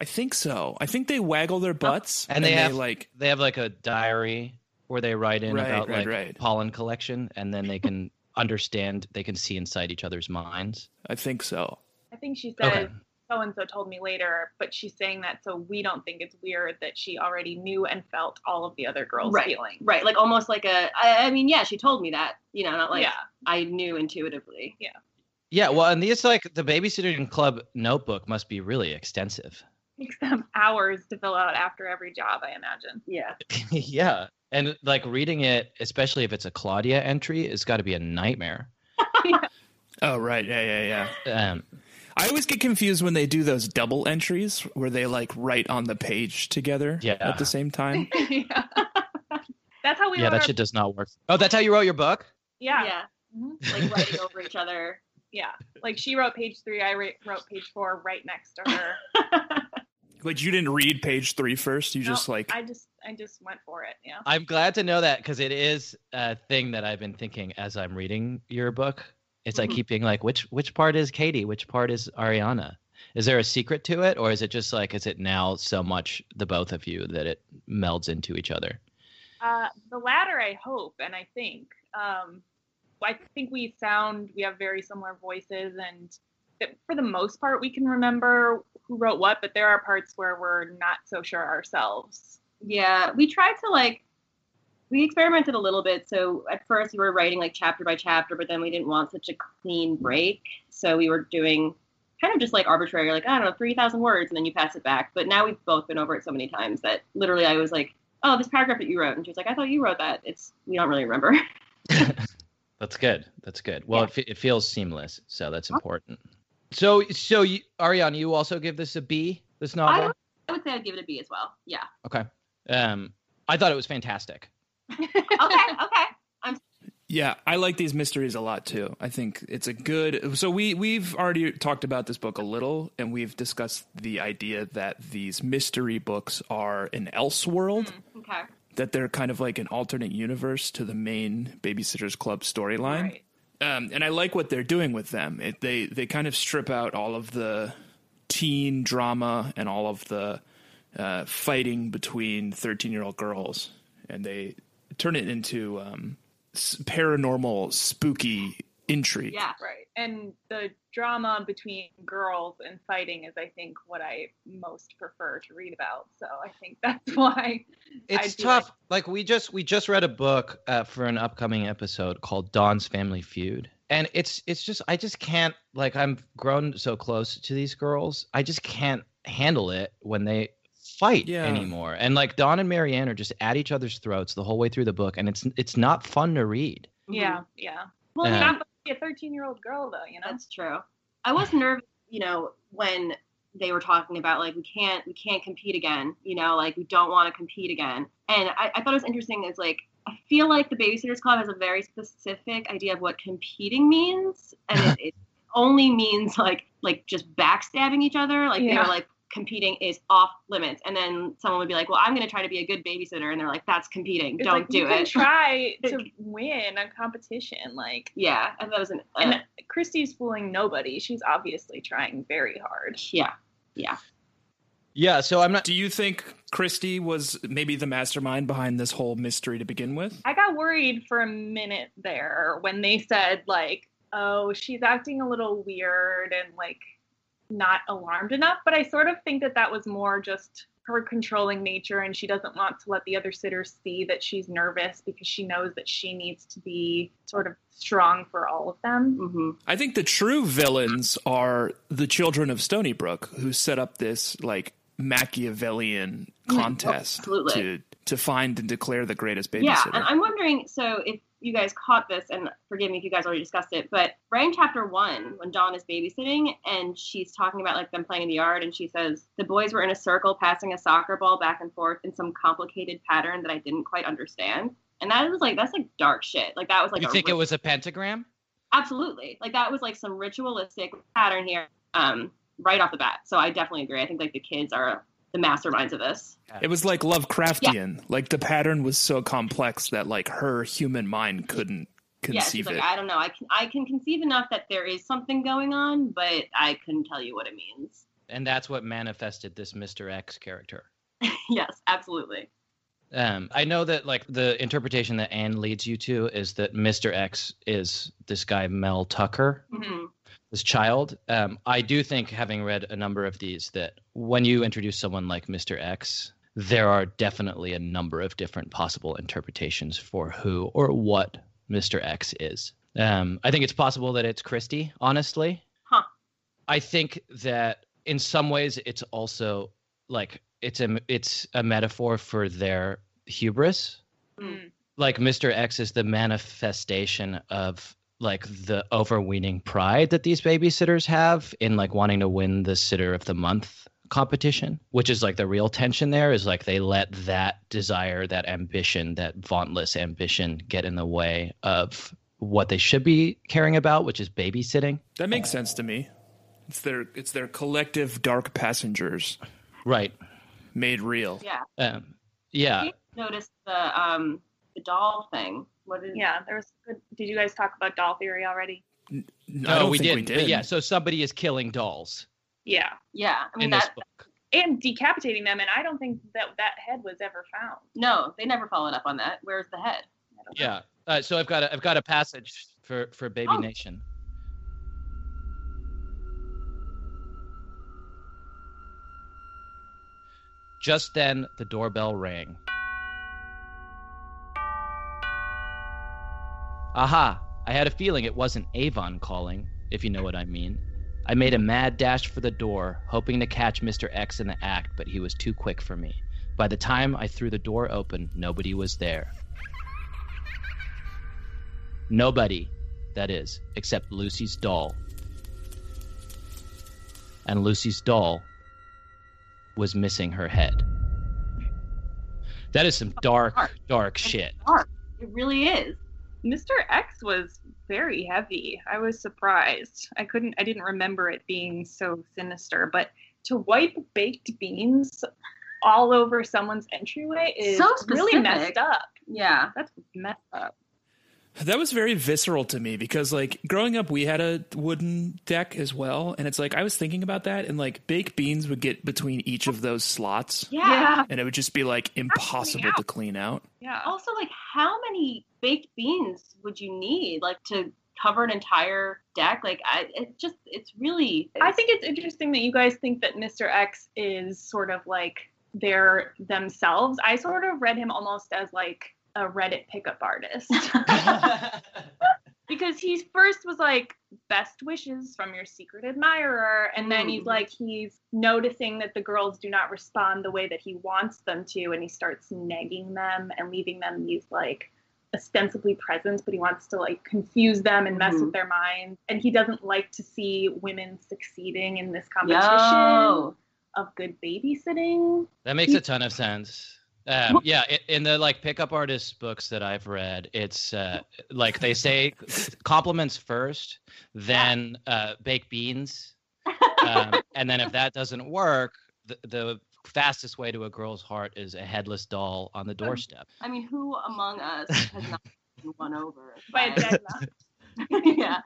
Speaker 3: I think so. I think they waggle their butts
Speaker 4: And they have-
Speaker 3: like
Speaker 4: They have like a diary where they write in
Speaker 3: Right,
Speaker 4: about
Speaker 3: right,
Speaker 4: like
Speaker 3: right.
Speaker 4: pollen collection, and then they can understand. They can see inside each other's minds.
Speaker 3: I think so.
Speaker 11: I think she
Speaker 4: Okay.
Speaker 11: said so and so told me later, but she's saying that so we don't think it's weird that she already knew and felt all of the other girls'
Speaker 9: Right.
Speaker 11: feelings.
Speaker 9: Right, like almost like a. I, I mean, yeah, she told me that. You know, not like
Speaker 11: yeah.
Speaker 9: I knew intuitively.
Speaker 4: Yeah, well, and these like the babysitting club notebook must be really extensive.
Speaker 11: Takes them hours to fill out after every job, I imagine.
Speaker 9: Yeah,
Speaker 4: yeah, and like reading it, especially if it's a Claudia entry, it's got to be a nightmare.
Speaker 3: Oh right, yeah, yeah, yeah.
Speaker 4: Um,
Speaker 3: I always get confused when they do those double entries where they like write on the page together
Speaker 4: Yeah.
Speaker 3: at the same time.
Speaker 11: yeah. That's how we
Speaker 4: yeah,
Speaker 11: wrote
Speaker 4: that
Speaker 11: our-
Speaker 4: shit does not work. Oh, that's how you wrote your book.
Speaker 11: yeah. Mhm.
Speaker 9: like writing over each other.
Speaker 11: yeah. Like she wrote page three, I ra- wrote page four right next to her.
Speaker 3: But you didn't read page three first. You
Speaker 11: No,
Speaker 3: just like
Speaker 11: I just I just went for it. Yeah.
Speaker 4: I'm glad to know that because it is a thing that I've been thinking as I'm reading your book. It's like
Speaker 11: Mhm.
Speaker 4: keep being like, which which part is Katie? Which part is Ariana? Is there a secret to it, or is it just like is it now so much the both of you that it melds into each other?
Speaker 11: Uh, the latter, I hope, and I think. Um, I think we sound, we have very similar voices, and that for the most part, we can remember who wrote what, but there are parts where we're not so sure ourselves.
Speaker 9: Yeah, we tried to like we experimented a little bit. So at first we were writing like chapter by chapter, but then we didn't want such a clean break, so we were doing kind of just like arbitrary, like I don't know, three thousand words, and then you pass it back. But now we've both been over it so many times that literally I was like, "Oh, this paragraph that you wrote," and she was like, "I thought you wrote that." It's we don't really remember.
Speaker 4: That's good. That's good. Well, it, fe- it feels seamless, so that's important. So so you, Ariana, you also give this a B. This
Speaker 9: I,
Speaker 4: novel.
Speaker 11: Uh-huh.
Speaker 9: would, I would say I'd give it a B as well. Yeah.
Speaker 4: Okay. Um, I thought it was fantastic.
Speaker 9: okay. Okay.
Speaker 3: Yeah, I like these mysteries a lot too. I think it's a good. So we we've already talked about this book a little, and we've discussed the idea that these mystery books are an elseworld,
Speaker 11: Mm-hmm.
Speaker 9: Okay.
Speaker 3: that they're kind of like an alternate universe to the main Babysitters Club storyline. Um, and I like what they're doing with them. It, they they kind of strip out all of the teen drama and all of the uh, fighting between thirteen year old girls, and they turn it into um, s- paranormal, spooky intrigue.
Speaker 9: Yeah.
Speaker 11: Right. And the drama between girls and fighting is, I think, what I most prefer to read about. So I think that's why.
Speaker 4: it's
Speaker 11: do
Speaker 4: tough like we just we just read a book uh, for an upcoming episode called dawn's family feud and it's it's just i just can't like i'm grown so close to these girls i just can't handle it when they fight
Speaker 3: Yeah.
Speaker 4: anymore and like dawn and marianne are just at each other's throats the whole way through the book and it's it's not fun to read
Speaker 11: Yeah. Yeah. Well,
Speaker 4: Yeah.
Speaker 11: it's not supposed to be a 13 year old girl, though, you know?
Speaker 9: Mm-hmm. That's true. I was nervous, you know, when they were talking about like we can't we can't compete again, you know, like we don't want to compete again. And I, I thought it was interesting is like I feel like the Babysitters Club has a very specific idea of what competing means, and it, it only means like like just backstabbing each other. Like
Speaker 11: Yeah.
Speaker 9: they're like competing is off limits, and then someone would be like, "Well, I'm going to try to be a good babysitter," and they're like, "That's competing.
Speaker 11: It's
Speaker 9: don't
Speaker 11: like,
Speaker 9: do
Speaker 11: you Can
Speaker 9: it."
Speaker 11: try to win a competition. Like
Speaker 9: yeah, I thought it was an uh,
Speaker 11: And- Christy's fooling nobody. She's obviously trying very hard.
Speaker 9: yeah, yeah.
Speaker 4: yeah so i'm not
Speaker 3: Do you think Christy was maybe the mastermind behind this whole mystery to begin with?
Speaker 11: I got worried for a minute there when they said like, "Oh, she's acting a little weird and like not alarmed enough." But I sort of think that that was more just her controlling nature and she doesn't want to let the other sitters see that she's nervous because she knows that she needs to be sort of strong for all of them.
Speaker 9: hmm
Speaker 3: I think the true villains are the children of Stony Brook, who set up this like Machiavellian contest
Speaker 9: Mm, absolutely.
Speaker 3: to to find and declare the greatest babysitter.
Speaker 9: Yeah, and I'm wondering so if you guys caught this, and forgive me if you guys already discussed it, but right in chapter one, when Dawn is babysitting and she's talking about like them playing in the yard, and she says, The boys were in a circle passing a soccer ball back and forth in some complicated pattern that I didn't quite understand. And that was like, that's like dark shit. Like, that was like,
Speaker 4: you
Speaker 9: a
Speaker 4: think it
Speaker 9: ri-
Speaker 4: was a pentagram
Speaker 9: absolutely like that was like some ritualistic pattern here, um, right off the bat. So I definitely agree. I think like the kids are the masterminds of this.
Speaker 3: It was like Lovecraftian. Like the pattern was so complex that like her human mind couldn't
Speaker 9: yeah,
Speaker 3: conceive
Speaker 9: she's like,
Speaker 3: it.
Speaker 9: I don't know. I can I can conceive enough that there is something going on, but I couldn't tell you what it means.
Speaker 4: and that's what manifested this mr x character
Speaker 9: yes, absolutely.
Speaker 4: Um, I know that like the interpretation that Anne leads you to is that Mr. X is this guy Mel Tucker,
Speaker 9: hmm
Speaker 4: this child. Um, I do think, having read a number of these, that when you introduce someone like Mr. X, there are definitely a number of different possible interpretations for who or what Mr. X is. Um, I think it's possible that it's Christie, honestly.
Speaker 9: Huh.
Speaker 4: I think that in some ways it's also like it's a it's a metaphor for their hubris
Speaker 9: Mm.
Speaker 4: like Mr. X is the manifestation of like the overweening pride that these babysitters have in like wanting to win the sitter of the month competition, which is like the real tension there is like they let that desire, that ambition, that vauntless ambition get in the way of what they should be caring about, which is babysitting.
Speaker 3: That makes sense to me. It's their it's their collective dark passengers,
Speaker 4: right?
Speaker 3: Made real.
Speaker 9: Yeah.
Speaker 4: Um, yeah.
Speaker 9: Notice the um the doll thing. What is?
Speaker 11: Yeah, there was. Good, did you guys talk about doll theory already?
Speaker 4: No, we didn't. but yeah, so somebody is killing dolls.
Speaker 11: Yeah.
Speaker 9: Yeah. I mean
Speaker 4: In this
Speaker 9: that.
Speaker 11: And decapitating them, and I don't think that that head was ever found.
Speaker 9: No, they never followed up on that. Where's the head?
Speaker 4: Yeah. Uh, so I've got a, I've got a passage for for Baby Nation. Just then, the doorbell rang. Aha! I had a feeling it wasn't Avon calling, if you know what I mean. I made a mad dash for the door, hoping to catch Mr. X in the act, but he was too quick for me. By the time I threw the door open, nobody was there. Nobody, that is, except Lucy's doll. And Lucy's doll was missing her head. That is some dark, dark shit.
Speaker 9: Dark. It really is.
Speaker 11: Mr. X was very heavy. I was surprised. I couldn't I didn't remember it being so sinister, but to wipe baked beans all over someone's entryway is
Speaker 9: So
Speaker 11: really
Speaker 9: specific.
Speaker 11: messed up.
Speaker 9: Yeah.
Speaker 11: That's messed up.
Speaker 3: That was very visceral to me because, like, growing up, we had a wooden deck as well. And it's like, I was thinking about that, and like, baked beans would get between each of those slots.
Speaker 9: Yeah.
Speaker 3: And it would just be like impossible to clean out.
Speaker 9: Yeah. Also, like, how many baked beans would you need, like, to cover an entire deck? Like, I, it just, it's really.
Speaker 11: I think it's interesting that you guys think that Mr. X is sort of like their themselves. I sort of read him almost as like a Reddit pickup artist. because he first was like best wishes from your secret admirer and then he's
Speaker 9: Mm.
Speaker 11: like he's noticing that the girls do not respond the way that he wants them to and he starts negging them and leaving them these like ostensibly presents but he wants to like confuse them and mess with
Speaker 9: Mhm.
Speaker 11: their minds and he doesn't like to see women succeeding in this competition
Speaker 9: No.
Speaker 11: of good babysitting
Speaker 4: That makes a ton of sense. Um, yeah, i- in the like pickup artist books that I've read, it's uh, like they say compliments first, then uh, baked beans, um, and then if that doesn't work, the, the fastest way to a girl's heart is a headless doll on the doorstep.
Speaker 9: I mean, who among us has not been won over
Speaker 11: By a dead
Speaker 9: yeah.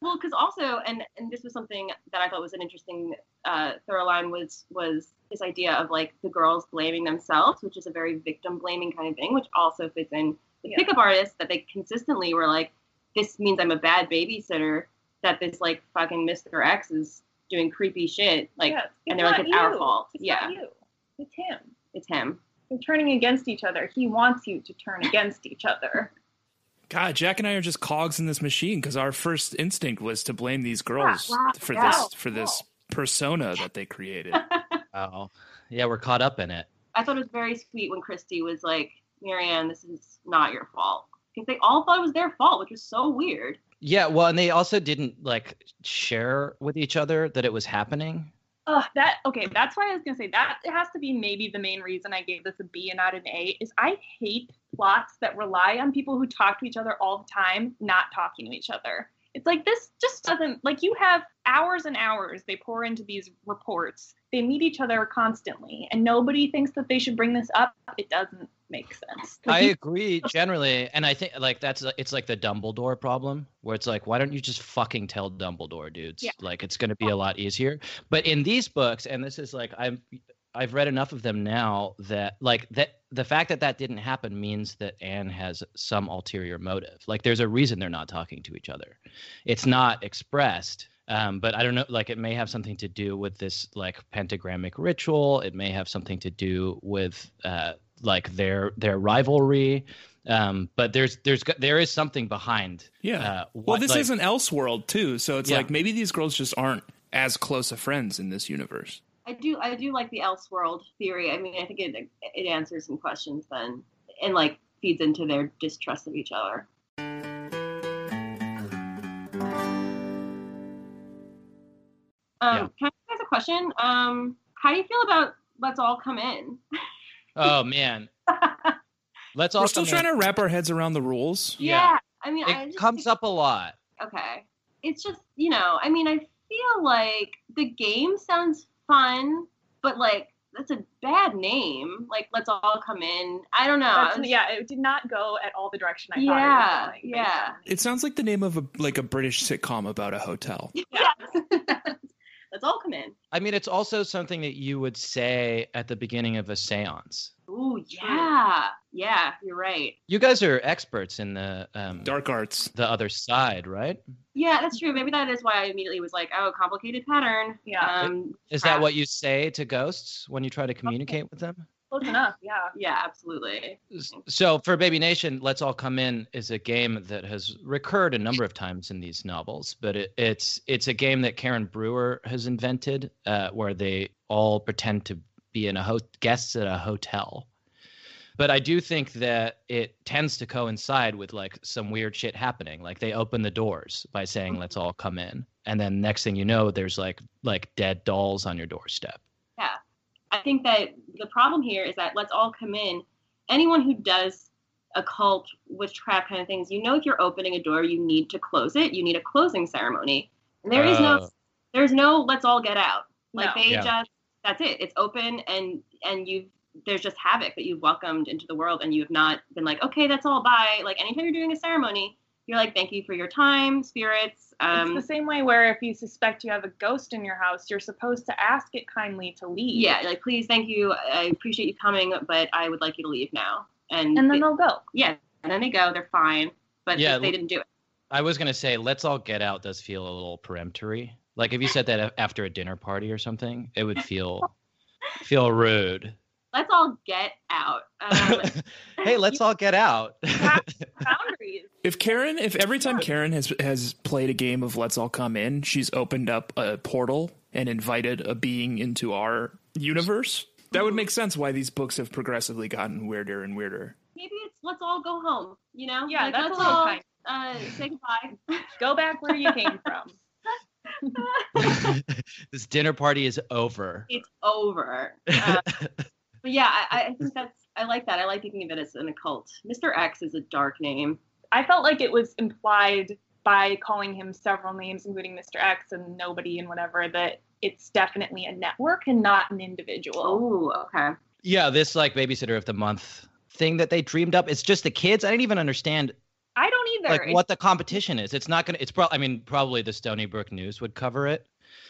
Speaker 9: Well, because also, and and this was something that I thought was an interesting uh, thorough line was was this idea of like the girls blaming themselves, which is a very victim blaming kind of thing, which also fits in the
Speaker 11: Yeah.
Speaker 9: pickup artists that they consistently were like, this means I'm a bad babysitter. That this like fucking Mr. X is doing creepy shit, like,
Speaker 11: Yeah,
Speaker 9: and they're like,
Speaker 11: not
Speaker 9: it's our
Speaker 11: you.
Speaker 9: fault.
Speaker 11: it's
Speaker 9: yeah,
Speaker 11: not you it's him
Speaker 9: it's him.
Speaker 11: they're turning against each other he wants you to turn against each other
Speaker 3: God, Jack and I are just cogs in this machine because our first instinct was to blame these girls
Speaker 11: wow,
Speaker 3: for
Speaker 11: wow,
Speaker 3: this for this persona that they created.
Speaker 4: Wow. Yeah, we're caught up in it.
Speaker 9: I thought it was very sweet when Christy was like, Marianne, this is not your fault. Because they all thought it was their fault, which was so weird.
Speaker 4: Yeah, well, and they also didn't like share with each other that it was happening.
Speaker 11: Ugh, that okay. That's why I was gonna say that it has to be maybe the main reason I gave this a B and not an A is I hate plots that rely on people who talk to each other all the time not talking to each other. It's like this just doesn't like you have hours and hours they pour into these reports. They meet each other constantly, and nobody thinks that they should bring this up. It doesn't make sense.
Speaker 4: I
Speaker 11: Like,
Speaker 4: agree generally, and I think like that's like- it's like the Dumbledore problem, where it's like, why don't you just fucking tell Dumbledore, dudes?
Speaker 11: Yeah.
Speaker 4: Like it's going to be a lot easier. But in these books, and this is like I'm, I've read enough of them now that like that the fact that that didn't happen means that Anne has some ulterior motive. Like there's a reason they're not talking to each other. It's not expressed. Um, but I don't know, like it may have something to do with this like pentagrammic ritual. It may have something to do with uh, like their their rivalry. Um, but there's there's go- there is something behind.
Speaker 3: Yeah.
Speaker 4: Uh,
Speaker 3: well,
Speaker 4: what-
Speaker 3: this
Speaker 4: like-
Speaker 3: is an Elseworld too, so it's
Speaker 4: Yeah.
Speaker 3: like maybe these girls just aren't as close of friends in this universe.
Speaker 9: I do I do like the Elseworld theory. I mean, I think it it answers some questions then and like feeds into their distrust of each other. Um,
Speaker 4: Yeah.
Speaker 9: Can I ask you guys a question? Um, how do you feel about Let's All Come In?
Speaker 4: Oh man. Let's all
Speaker 3: We're still
Speaker 4: come in.
Speaker 3: trying to wrap our heads around the rules.
Speaker 9: Yeah. I mean, I
Speaker 4: it
Speaker 9: just
Speaker 4: comes up a lot.
Speaker 9: okay. It's just, you know, I mean, I feel like the game sounds fun, but like that's a bad name. Like, let's all come in. I don't know.
Speaker 11: That's-
Speaker 9: I was-
Speaker 11: yeah, it did not go at all the direction I
Speaker 9: yeah,
Speaker 11: thought it was going. based
Speaker 9: yeah.
Speaker 3: It sounds like the name of a like a British sitcom about a hotel.
Speaker 9: Let's all come in.
Speaker 4: I mean, it's also something that you would say at the beginning of a séance.
Speaker 9: Ooh, Oh, yeah, yeah. You're right.
Speaker 4: You guys are experts in the um,
Speaker 3: dark arts,
Speaker 4: the other side, right?
Speaker 9: Yeah, that's true. Maybe that is why I immediately was like, oh, complicated pattern. Yeah. Um,
Speaker 4: Is that what you say to ghosts when you try to communicate with them?
Speaker 9: close enough. Yeah. Yeah, absolutely.
Speaker 4: So, for Baby Nation, Let's All Come In is a game that has recurred a number of times in these novels, but it, it's it's a game that Karen Brewer has invented, uh, where they all pretend to be in a ho- guests at a hotel. But I do think that it tends to coincide with like some weird shit happening. Like they open the doors by saying "Let's all come in," and then next thing you know, there's like like dead dolls on your doorstep.
Speaker 9: Yeah. I think that the problem here is that let's all come in. Anyone who does occult witchcraft kind of things, you know, if you're opening a door, you need to close it. You need a closing ceremony. And there is no,
Speaker 12: Oh.
Speaker 9: there's no let's all get out. Like
Speaker 12: No.
Speaker 9: they
Speaker 12: Yeah.
Speaker 9: just, that's it. It's open and and you've there's just havoc that you've welcomed into the world and you have not been like, okay, that's all. Bye. Like anytime you're doing a ceremony, you're like, thank you for your time, spirits. Um,
Speaker 11: it's the same way where if you suspect you have a ghost in your house, you're supposed to ask it kindly to leave.
Speaker 9: yeah, like please, thank you. I appreciate you coming, but I would like you to leave now. And
Speaker 11: And then
Speaker 9: it-
Speaker 11: they'll go.
Speaker 9: Yeah, and then they go. They're fine, but
Speaker 4: Yeah,
Speaker 9: they
Speaker 4: l-
Speaker 9: didn't do it.
Speaker 4: I was gonna say, let's all get out does feel a little peremptory. Like if you said that a- after a dinner party or something, it would feel feel rude.
Speaker 9: Let's all get out. Um,
Speaker 4: Hey, let's all get out.
Speaker 9: boundaries.
Speaker 3: If Karen, if every time Karen has has played a game of Let's All Come In, she's opened up a portal and invited a being into our universe, that would make sense why these books have progressively gotten weirder and weirder.
Speaker 9: Maybe it's let's all go home. You know?
Speaker 11: Yeah,
Speaker 9: Like,
Speaker 11: that's
Speaker 9: let's
Speaker 11: a little
Speaker 9: all
Speaker 11: kind.
Speaker 9: uh, say goodbye.
Speaker 11: Go back where you came from.
Speaker 4: this dinner party is over.
Speaker 9: It's over. Um, but yeah, I, I think that's. I like that. I like thinking of it as an occult. Mr. X is a dark name.
Speaker 11: I felt like it was implied by calling him several names, including Mr. X and nobody and whatever, that it's definitely a network and not an individual.
Speaker 9: Ooh, okay.
Speaker 4: Yeah, this like babysitter of the month thing that they dreamed up. It's just the kids. I didn't even understand
Speaker 11: I don't either.
Speaker 4: like what the competition is. It's not gonna. It's probably. I mean, probably the Stony Brook News would cover it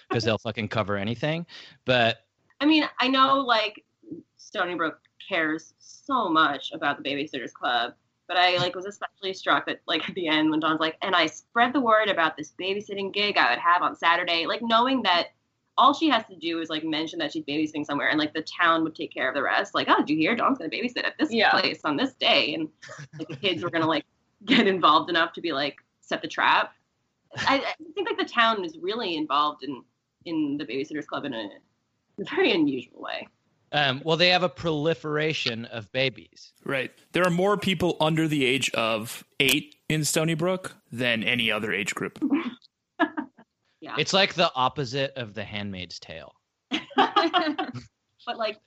Speaker 4: because they'll fucking cover anything. But
Speaker 9: I mean, I know like Stony Brook cares so much about the Babysitters Club, but I like was especially struck that like at the end when Don's like, and I spread the word about this babysitting gig I would have on Saturday, like knowing that all she has to do is like mention that she's babysitting somewhere, and like the town would take care of the rest. Like, oh, did you hear? Don's gonna babysit at this
Speaker 11: Yeah.
Speaker 9: place on this day, and like the kids were gonna like get involved enough to be like set the trap. I, I think like the town is really involved in in the Babysitters Club in a very unusual way.
Speaker 4: um, well, they have a proliferation of babies.
Speaker 3: Right. There are more people under the age of eight in Stony Brook than any other age group.
Speaker 9: Yeah.
Speaker 4: It's like the opposite of The Handmaid's Tale.
Speaker 9: but like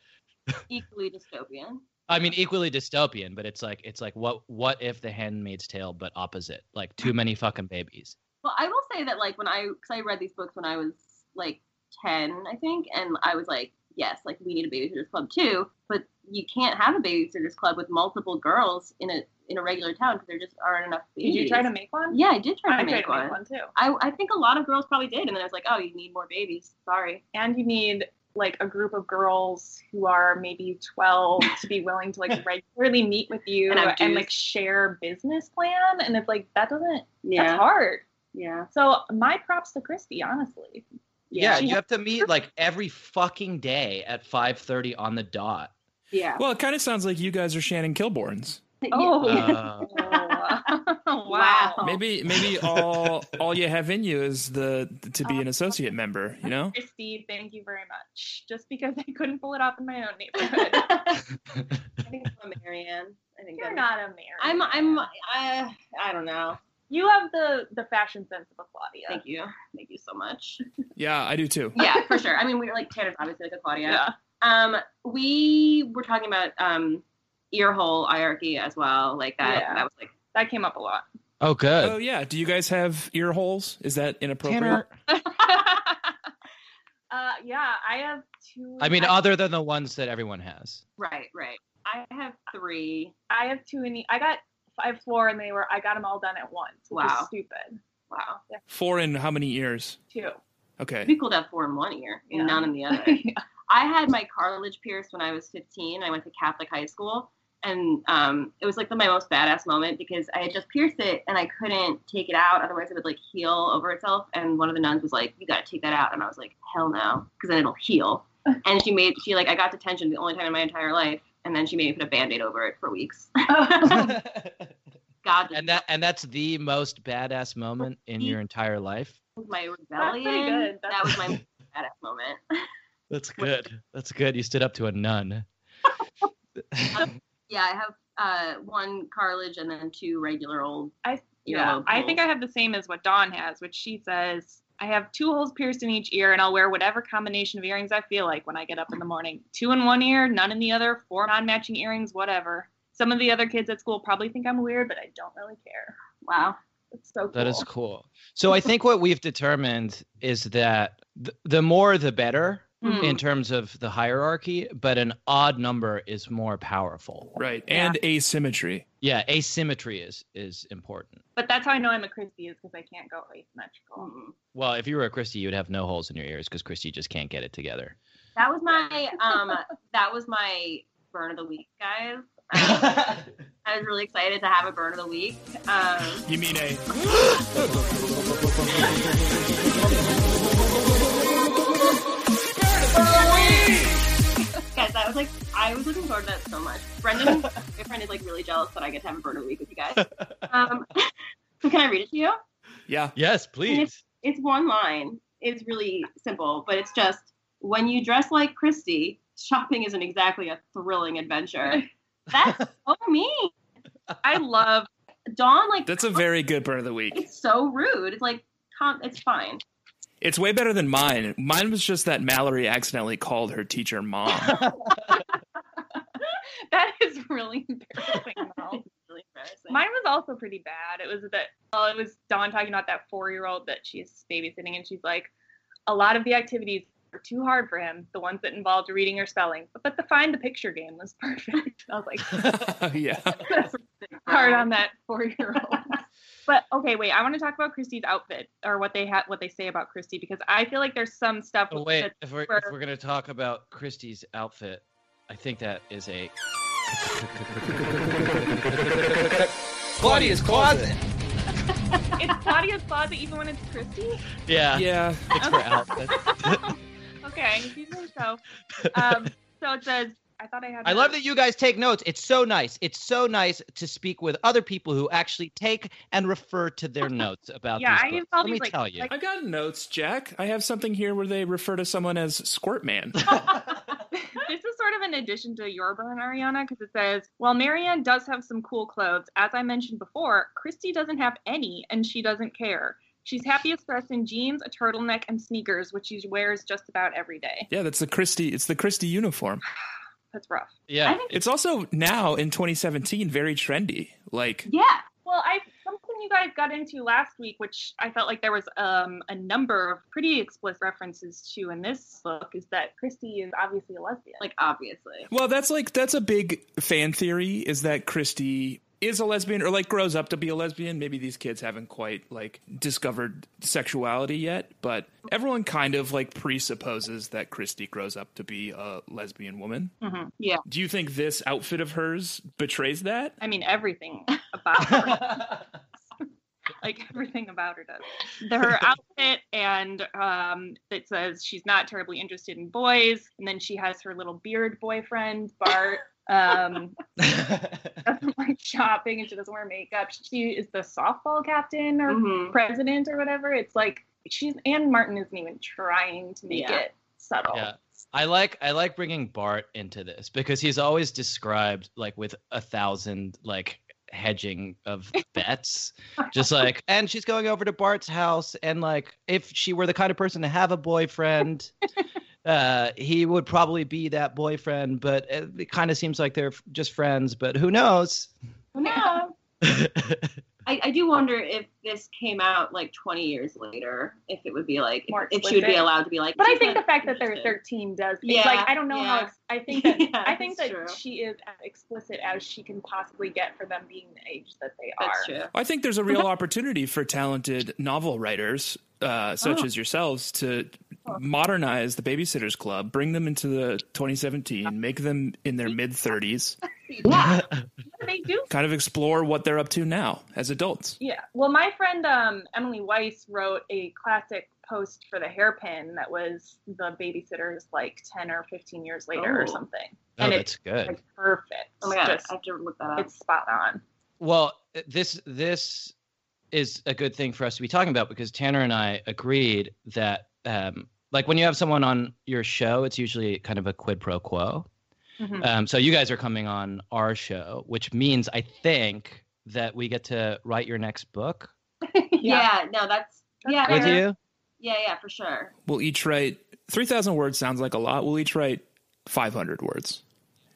Speaker 9: equally dystopian.
Speaker 4: I mean, equally dystopian, but it's like it's like what what if The Handmaid's Tale but opposite? Like too many fucking babies.
Speaker 9: Well, I will say that like when I because I read these books when I was like ten, I think, and I was like, yes, like we need a babysitters club too, but you can't have a babysitters club with multiple girls in a in a regular town because there just aren't enough
Speaker 11: Did
Speaker 9: babies.
Speaker 11: you try to make one?
Speaker 9: Yeah, I did try to
Speaker 11: I tried
Speaker 9: make
Speaker 11: to
Speaker 9: one.
Speaker 11: make one too.
Speaker 9: I, I think a lot of girls probably did, and then I was like, oh, you need more babies. Sorry.
Speaker 11: And you need like a group of girls who are maybe 12 to be willing to like regularly meet with you
Speaker 9: And
Speaker 11: and,
Speaker 9: have dues.
Speaker 11: like share business plan. And it's like that doesn't,
Speaker 9: Yeah.
Speaker 11: that's hard.
Speaker 9: Yeah.
Speaker 11: So my props to Christy, honestly.
Speaker 4: Yeah,
Speaker 11: She
Speaker 4: you
Speaker 11: has-
Speaker 4: have to meet like every fucking day at five thirty on the dot.
Speaker 9: Yeah.
Speaker 3: Well, it kind of sounds like you guys are Shannon Kilborns.
Speaker 11: Oh.
Speaker 4: Uh,
Speaker 11: wow.
Speaker 3: Maybe maybe all all you have in you is the to be an associate member, you know?
Speaker 11: Christy, thank you very much. Just because I couldn't pull it off in my own neighborhood.
Speaker 9: I think I'm a Marianne. I think
Speaker 11: You're
Speaker 9: I'm-
Speaker 11: not a Mary.
Speaker 9: I'm I'm I I don't know.
Speaker 11: You have the the fashion sense of a Claudia.
Speaker 9: Thank you. Thank you so much.
Speaker 3: Yeah, I do too.
Speaker 9: yeah, for sure. I mean, we were like Tanner's obviously like a Claudia.
Speaker 11: Yeah.
Speaker 9: Um, we were talking about um ear hole hierarchy as well, like that.
Speaker 11: Yeah.
Speaker 9: That was like
Speaker 11: That came up a lot.
Speaker 4: Oh, good.
Speaker 3: Oh yeah. Do you guys have ear holes? Is that inappropriate?
Speaker 11: Uh, yeah, I have two.
Speaker 4: I mean, other than the ones that everyone has.
Speaker 11: Right, right. I have three. I have two in. e- I got. I have four, and they were. I got them all done at once. Which
Speaker 9: Wow.
Speaker 11: Is stupid. Wow. Yeah,
Speaker 3: Four in how many ears?
Speaker 11: two.
Speaker 3: Okay.
Speaker 9: People have four in one ear and
Speaker 11: Yeah.
Speaker 9: none in the other. I had my cartilage pierced when I was 15. I went to Catholic high school, and um, it was like the, my most badass moment because I had just pierced it and I couldn't take it out. Otherwise, it would like heal over itself. And one of the nuns was like, "You got to take that out," and I was like, "Hell no," because then it'll heal. And she made she like I got detention the only time in my entire life, and then she made me put a band-aid over it for weeks.
Speaker 11: Oh.
Speaker 9: God,
Speaker 4: And that and that's the most badass moment in your entire life.
Speaker 9: that was my
Speaker 11: pretty
Speaker 9: rebellion.
Speaker 11: good. That's-
Speaker 9: That was my most badass moment.
Speaker 4: That's good. That's good. You stood up to a nun.
Speaker 9: Yeah, I have uh, one cartilage and then two regular old.
Speaker 11: I
Speaker 9: Yeah,
Speaker 11: Yeah, I think I have the same as what Dawn has, which she says I have two holes pierced in each ear, and I'll wear whatever combination of earrings I feel like when I get up in the morning. Two in one ear, none in the other, four non-matching earrings, whatever. Some of the other kids at school probably think I'm weird, but I don't really care.
Speaker 9: Wow,
Speaker 11: that's so cool.
Speaker 4: That is cool. So I think what we've determined is that th- the more the better
Speaker 11: Hmm.
Speaker 4: in terms of the hierarchy, but an odd number is more powerful.
Speaker 3: Right. And asymmetry.
Speaker 4: Yeah, asymmetry is is important.
Speaker 11: But that's how I know I'm a Christie is because I can't go
Speaker 9: Hmm.
Speaker 11: asymmetrical.
Speaker 9: Mm-hmm.
Speaker 4: Well, if you were a Christie, you would have no holes in your ears because Christie just can't get it together.
Speaker 9: That was my um that was my burn of the week, guys. Um, I was really excited to have a burn of the week. Um,
Speaker 3: You mean a
Speaker 9: guys, that was like I was looking forward to that so much. Brendan, my friend, is like really jealous that I get to have a burn of the week with you guys. Um, can I read it to you?
Speaker 3: Yeah.
Speaker 4: Yes,
Speaker 9: It's, it's one line. It's really simple, but it's just when you dress like Christy, shopping isn't exactly a thrilling adventure. That's so mean.
Speaker 11: I love
Speaker 9: Dawn. Like
Speaker 3: That's a very good burn of the week.
Speaker 9: it's so rude. It's like com- it's fine.
Speaker 3: It's way better than mine. Mine was just that Mallory accidentally called her teacher mom.
Speaker 11: That is really embarrassing. Mel.
Speaker 9: really embarrassing.
Speaker 11: Mine was also pretty bad. It was that well, it was Dawn talking about that four year old that she's babysitting, and she's like, a lot of the activities were too hard for him, the ones that involved reading or spelling, but, but the find the picture game was perfect. I was like,
Speaker 3: yeah.
Speaker 11: hard on that four year old. but okay, wait, I want to talk about Christie's outfit or what they had, what they say about Christie because I feel like there's some stuff.
Speaker 4: Oh, wait,
Speaker 11: that-
Speaker 4: if we're,
Speaker 11: where-
Speaker 4: if we're going to talk about Christie's outfit, I think that is a.
Speaker 13: Claudia's closet.
Speaker 11: it's Claudia's closet even when it's Christie.
Speaker 4: Yeah.
Speaker 3: Yeah.
Speaker 4: It's her outfit.
Speaker 11: Okay, she's in the show. Um, so it says, I thought I had.
Speaker 4: I love that you guys take notes. It's so nice. It's so nice to speak with other people who actually take and refer to their notes about
Speaker 11: Yeah, I
Speaker 4: these books.
Speaker 11: use all
Speaker 4: Let
Speaker 11: these,
Speaker 4: me
Speaker 11: like-
Speaker 4: tell you.
Speaker 11: like-
Speaker 3: I got notes, Jack. I have something here where they refer to someone as Squirt Man.
Speaker 11: this is sort of an addition to your burn, Ariana, because it says, while Marianne does have some cool clothes, as I mentioned before, Christy doesn't have any and she doesn't care. She's happiest dressed in jeans, a turtleneck, and sneakers, which she wears just about every day.
Speaker 3: yeah, that's the Christie. It's the Christie uniform.
Speaker 11: That's rough.
Speaker 4: Yeah.
Speaker 3: It's also now in 2017 very trendy. Like
Speaker 9: Yeah.
Speaker 11: Well, I something you guys got into last week, which I felt like there was um, a number of pretty explicit references to in this book, is that Christy is obviously a lesbian.
Speaker 9: Like obviously.
Speaker 3: Well, that's like that's a big fan theory is that Christy is a lesbian or like grows up to be a lesbian. Maybe these kids haven't quite like discovered sexuality yet, but everyone kind of like presupposes that Christy grows up to be a lesbian woman.
Speaker 11: Mhm. Yeah.
Speaker 3: Do you think this outfit of hers betrays that?
Speaker 11: I mean, everything about her. like everything about her does. The- Her outfit, and um, it says she's not terribly interested in boys. And then she has her little beard boyfriend, Bart. Um, doesn't like shopping, and she doesn't wear makeup. She is the softball captain or
Speaker 9: Mhm.
Speaker 11: president or whatever. It's like she's Anne Martin isn't even trying to make
Speaker 9: Yeah.
Speaker 11: it subtle.
Speaker 4: Yeah. I like I like bringing Bart into this because he's always described like with a thousand like hedging of bets just like and she's going over to Bart's house and like if she were the kind of person to have a boyfriend uh he would probably be that boyfriend but it, it kind of seems like they're f- just friends but who knows
Speaker 9: No. I, I do wonder if this came out like 20 years later, if it would be like, if,
Speaker 11: More
Speaker 9: if she would be
Speaker 11: explicit.
Speaker 9: allowed to be like,
Speaker 11: But I
Speaker 9: "She's
Speaker 11: think
Speaker 9: not
Speaker 11: the fact that they're
Speaker 9: interested."
Speaker 11: 13 does.
Speaker 9: Yeah,
Speaker 11: Yeah. Like I don't know
Speaker 9: yeah.
Speaker 11: how. Ex- I think that
Speaker 9: Yeah,
Speaker 11: I think
Speaker 9: that's
Speaker 11: that
Speaker 9: true.
Speaker 11: she is as explicit as she can possibly get for them being the age that they are.
Speaker 9: That's true.
Speaker 3: I think there's a real opportunity for talented novel writers, uh, such
Speaker 11: Oh.
Speaker 3: as yourselves, to modernize the Babysitters Club, bring them into the 2017, make them in their mid 30s,
Speaker 4: Oh,
Speaker 11: They do
Speaker 3: kind of explore what they're up to now as adults.
Speaker 11: Yeah. Well, my friend um, Emily Weiss wrote a classic post for the hairpin that was the babysitters like 10 or 15 years later or
Speaker 4: Oh.
Speaker 11: something.
Speaker 4: Oh,
Speaker 11: and
Speaker 4: that's
Speaker 11: it's
Speaker 4: good.
Speaker 11: like perfect.
Speaker 9: Oh my God, I have
Speaker 11: to look
Speaker 9: that up.
Speaker 11: It's spot on.
Speaker 4: Well, this this is a good thing for us to be talking about because Tanner and I agreed that um, like when you have someone on your show, it's usually kind of a quid pro quo.
Speaker 9: Mm.
Speaker 11: Mm-hmm.
Speaker 4: Um, so you guys are coming on our show, which means I think that we get to write your next book
Speaker 9: yeah. no, that's, yeah.
Speaker 4: with
Speaker 9: yeah.
Speaker 4: you.
Speaker 9: Yeah, yeah, for sure.
Speaker 3: We'll each write 3,000 words, sounds like a lot. We'll each write 500 words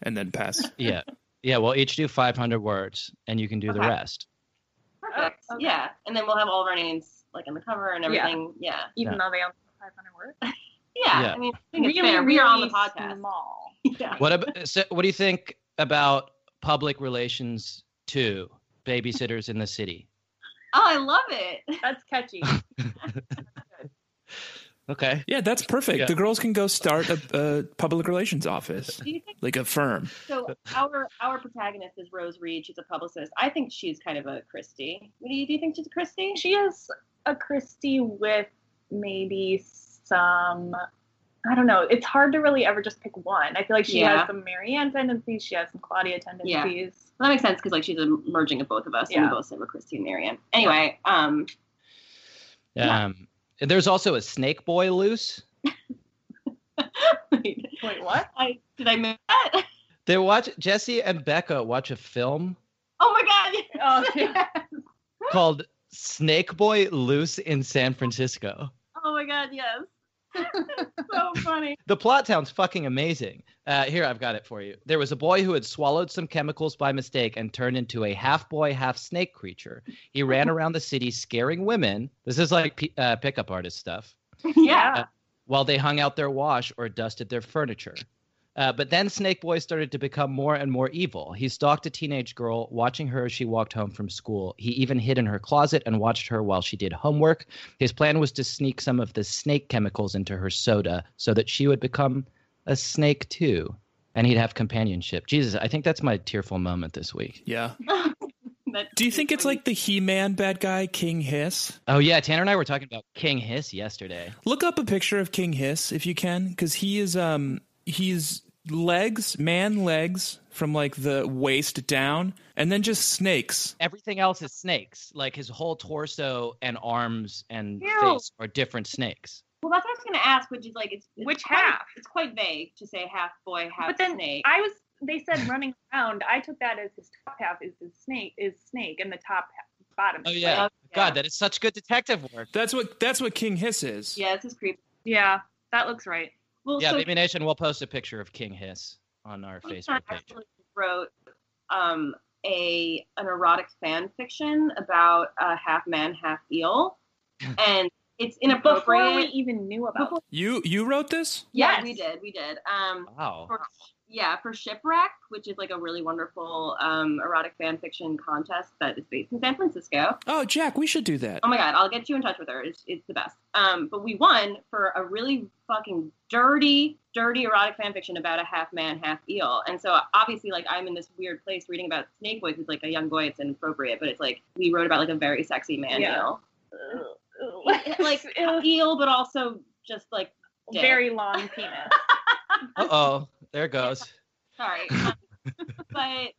Speaker 3: and then pass.
Speaker 4: Yeah, yeah. We'll each do 500 words, and you can do the
Speaker 9: Okay.
Speaker 4: rest.
Speaker 11: Oh,
Speaker 9: Perfect. Yeah. And then we'll have all of our names like on the cover and
Speaker 11: Yeah.
Speaker 9: everything. Yeah.
Speaker 11: Even
Speaker 4: Yeah.
Speaker 11: though they only have 500 words.
Speaker 9: Yeah.
Speaker 4: Yeah.
Speaker 9: I mean, I think
Speaker 11: really,
Speaker 9: it's fair.
Speaker 11: really
Speaker 9: we are on the podcast.
Speaker 11: small.
Speaker 9: Yeah.
Speaker 4: What ab- so what do you think about public relations to babysitters in the city?
Speaker 9: Oh, I love it.
Speaker 11: That's catchy.
Speaker 4: Okay.
Speaker 3: Yeah, that's perfect. The girls can go start a, a public relations office,
Speaker 9: Do you think
Speaker 3: like a firm.
Speaker 9: so? Our our protagonist is Rose Reed. She's a publicist. I think she's kind of a Christie. What do you do? You think she's a Christie?
Speaker 11: She is a Christie with maybe some. I don't know. It's hard to really ever just pick one. I feel like she
Speaker 9: Yeah.
Speaker 11: has some Marianne tendencies. She has some Claudia
Speaker 9: Yeah.
Speaker 11: tendencies.
Speaker 9: Well, that makes sense because like she's a merging of both of us, and we
Speaker 11: Yeah.
Speaker 9: both say we're Christie and Marianne. Anyway, um,
Speaker 4: Um, and there's also a snake boy loose.
Speaker 9: wait,
Speaker 11: what?
Speaker 9: I did I miss that?
Speaker 4: They watch Jesse and Becca watch a film
Speaker 9: Oh my
Speaker 11: god! Oh,
Speaker 4: called Snake Boy Loose in San Francisco.
Speaker 9: oh my god! Yes. so funny.
Speaker 4: The plot sounds fucking amazing. Uh, here, I've got it for you. There was a boy who had swallowed some chemicals by mistake and turned into a half boy, half snake creature. He ran around the city scaring women. This is like p- uh, pickup artist stuff.
Speaker 9: Yeah.
Speaker 4: uh, while they hung out their wash or dusted their furniture. Uh, but then Snake Boy started to become more and more evil. He stalked a teenage girl, watching her as she walked home from school. He even hid in her closet and watched her while she did homework. His plan was to sneak some of the snake chemicals into her soda so that she would become a snake too. And he'd have companionship. Jesus, I think that's my tearful moment this week.
Speaker 3: Yeah.
Speaker 9: That-
Speaker 3: Do you think it's like the He Man bad guy, King Hiss?
Speaker 4: Oh, yeah. Tanner and I were talking about King Hiss yesterday.
Speaker 3: Look up a picture of King Hiss if you can, because he is um he's legs, man legs from like the waist down, and then just snakes.
Speaker 4: Everything else is snakes. Like his whole torso and arms and
Speaker 9: Ew.
Speaker 4: face are different snakes.
Speaker 9: Well, that's what I was gonna ask, which is like it's, it's
Speaker 11: Which
Speaker 9: quite,
Speaker 11: half?
Speaker 9: It's quite vague to say half boy, half
Speaker 11: But then
Speaker 9: snake.
Speaker 11: I was. They said running around. I took that as his top half is his snake is snake, and the top half, bottom.
Speaker 4: Oh
Speaker 11: is
Speaker 4: yeah.
Speaker 11: snake.
Speaker 4: God, that is such good detective work.
Speaker 3: That's what that's what King Hiss is.
Speaker 9: yeah, this is creepy.
Speaker 11: Yeah, that looks right.
Speaker 9: Well,
Speaker 4: yeah,
Speaker 9: so
Speaker 4: Baby Nation will post a picture of King Hiss on our
Speaker 9: I
Speaker 4: Facebook page.
Speaker 9: actually wrote um, a an erotic fan fiction about a half man, half eel, and it's
Speaker 11: Before we
Speaker 9: inappropriate.
Speaker 11: even knew about it.
Speaker 3: You you wrote this?
Speaker 9: yeah,
Speaker 11: Yes.
Speaker 9: we did, we did. Um,
Speaker 4: Wow.
Speaker 9: for- yeah, for Shipwreck, which is like a really wonderful um, erotic fan fiction contest that is based in San Francisco.
Speaker 3: Oh, Jack, we should do that.
Speaker 14: Um,
Speaker 9: Oh my god, I'll get you in touch with her. It's, it's the best. Um, but we won for a really fucking dirty, dirty erotic fan fiction about a half man, half eel. And so obviously, like I'm in this weird place reading about snake boys. It's like a young boy. It's inappropriate, but it's like we wrote about like a very sexy man
Speaker 11: Yeah.
Speaker 9: eel,
Speaker 11: Ugh, ugh.
Speaker 9: like eel, but also just like dick.
Speaker 11: very long penis.
Speaker 4: Uh oh, there it goes.
Speaker 9: sorry. Um, but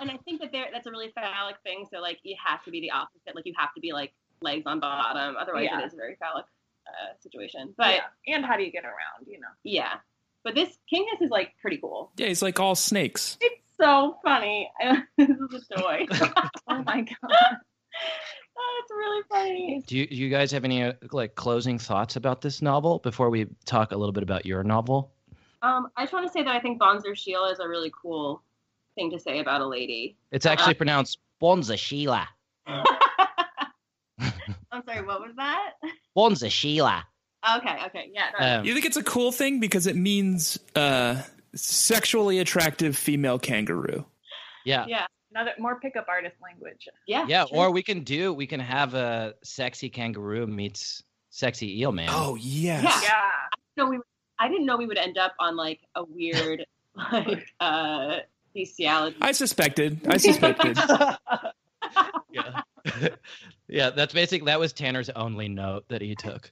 Speaker 9: and I think that there that's a really phallic thing. So like you have to be the opposite. Like you have to be like legs on bottom. Otherwise,
Speaker 11: Yeah.
Speaker 9: it is a very phallic uh, situation. But
Speaker 11: Yeah, and how do you get around? You know,
Speaker 9: Yeah. But this King Hiss is like pretty cool.
Speaker 3: Yeah, he's like all snakes.
Speaker 9: It's so funny. this is a joy.
Speaker 11: oh my god,
Speaker 9: oh, it's really funny.
Speaker 4: Do you, do you guys have any uh, like closing thoughts about this novel before we talk a little bit about your novel?
Speaker 9: Um, I just want to say that I think Bonzer Sheila is a really cool thing to say about a lady.
Speaker 4: It's actually pronounced Bonza Sheila.
Speaker 9: I'm sorry, what was that?
Speaker 15: One's a Sheila.
Speaker 9: Okay, okay, yeah.
Speaker 15: Uh,
Speaker 4: Um,
Speaker 9: no.
Speaker 14: you think it's a cool thing because it means uh, sexually attractive female kangaroo.
Speaker 15: Yeah.
Speaker 11: yeah, another more pickup artist language.
Speaker 9: Yeah.
Speaker 15: Yeah, or we can do we can have a sexy kangaroo meets sexy eel man.
Speaker 14: Oh yes.
Speaker 9: Yeah. So we, I didn't know we would end up on like a weird like uh bestiality.
Speaker 14: I suspected. I suspected.
Speaker 15: Yeah, that's basically that was Tanner's only note that he took.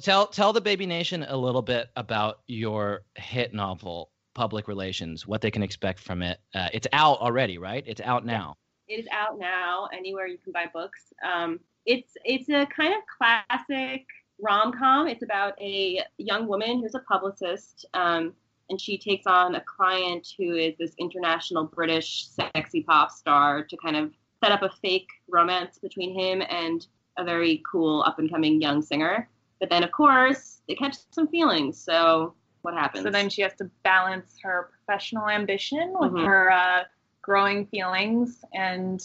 Speaker 15: tell tell the Baby Nation a little bit about your hit novel, Public Relations, what they can expect from it. Uh, it's out already, right? It's out now.
Speaker 9: It is out now anywhere you can buy books. Um, it's it's a kind of classic rom com. It's about a young woman who's a publicist, um, and she takes on a client who is this international British sexy pop star to kind of set up a fake romance between him and a very cool up and coming young singer. But then, of course, they catch some feelings. So what happens?
Speaker 11: So then she has to balance her professional ambition with
Speaker 9: Mhm.
Speaker 11: her uh, growing feelings, and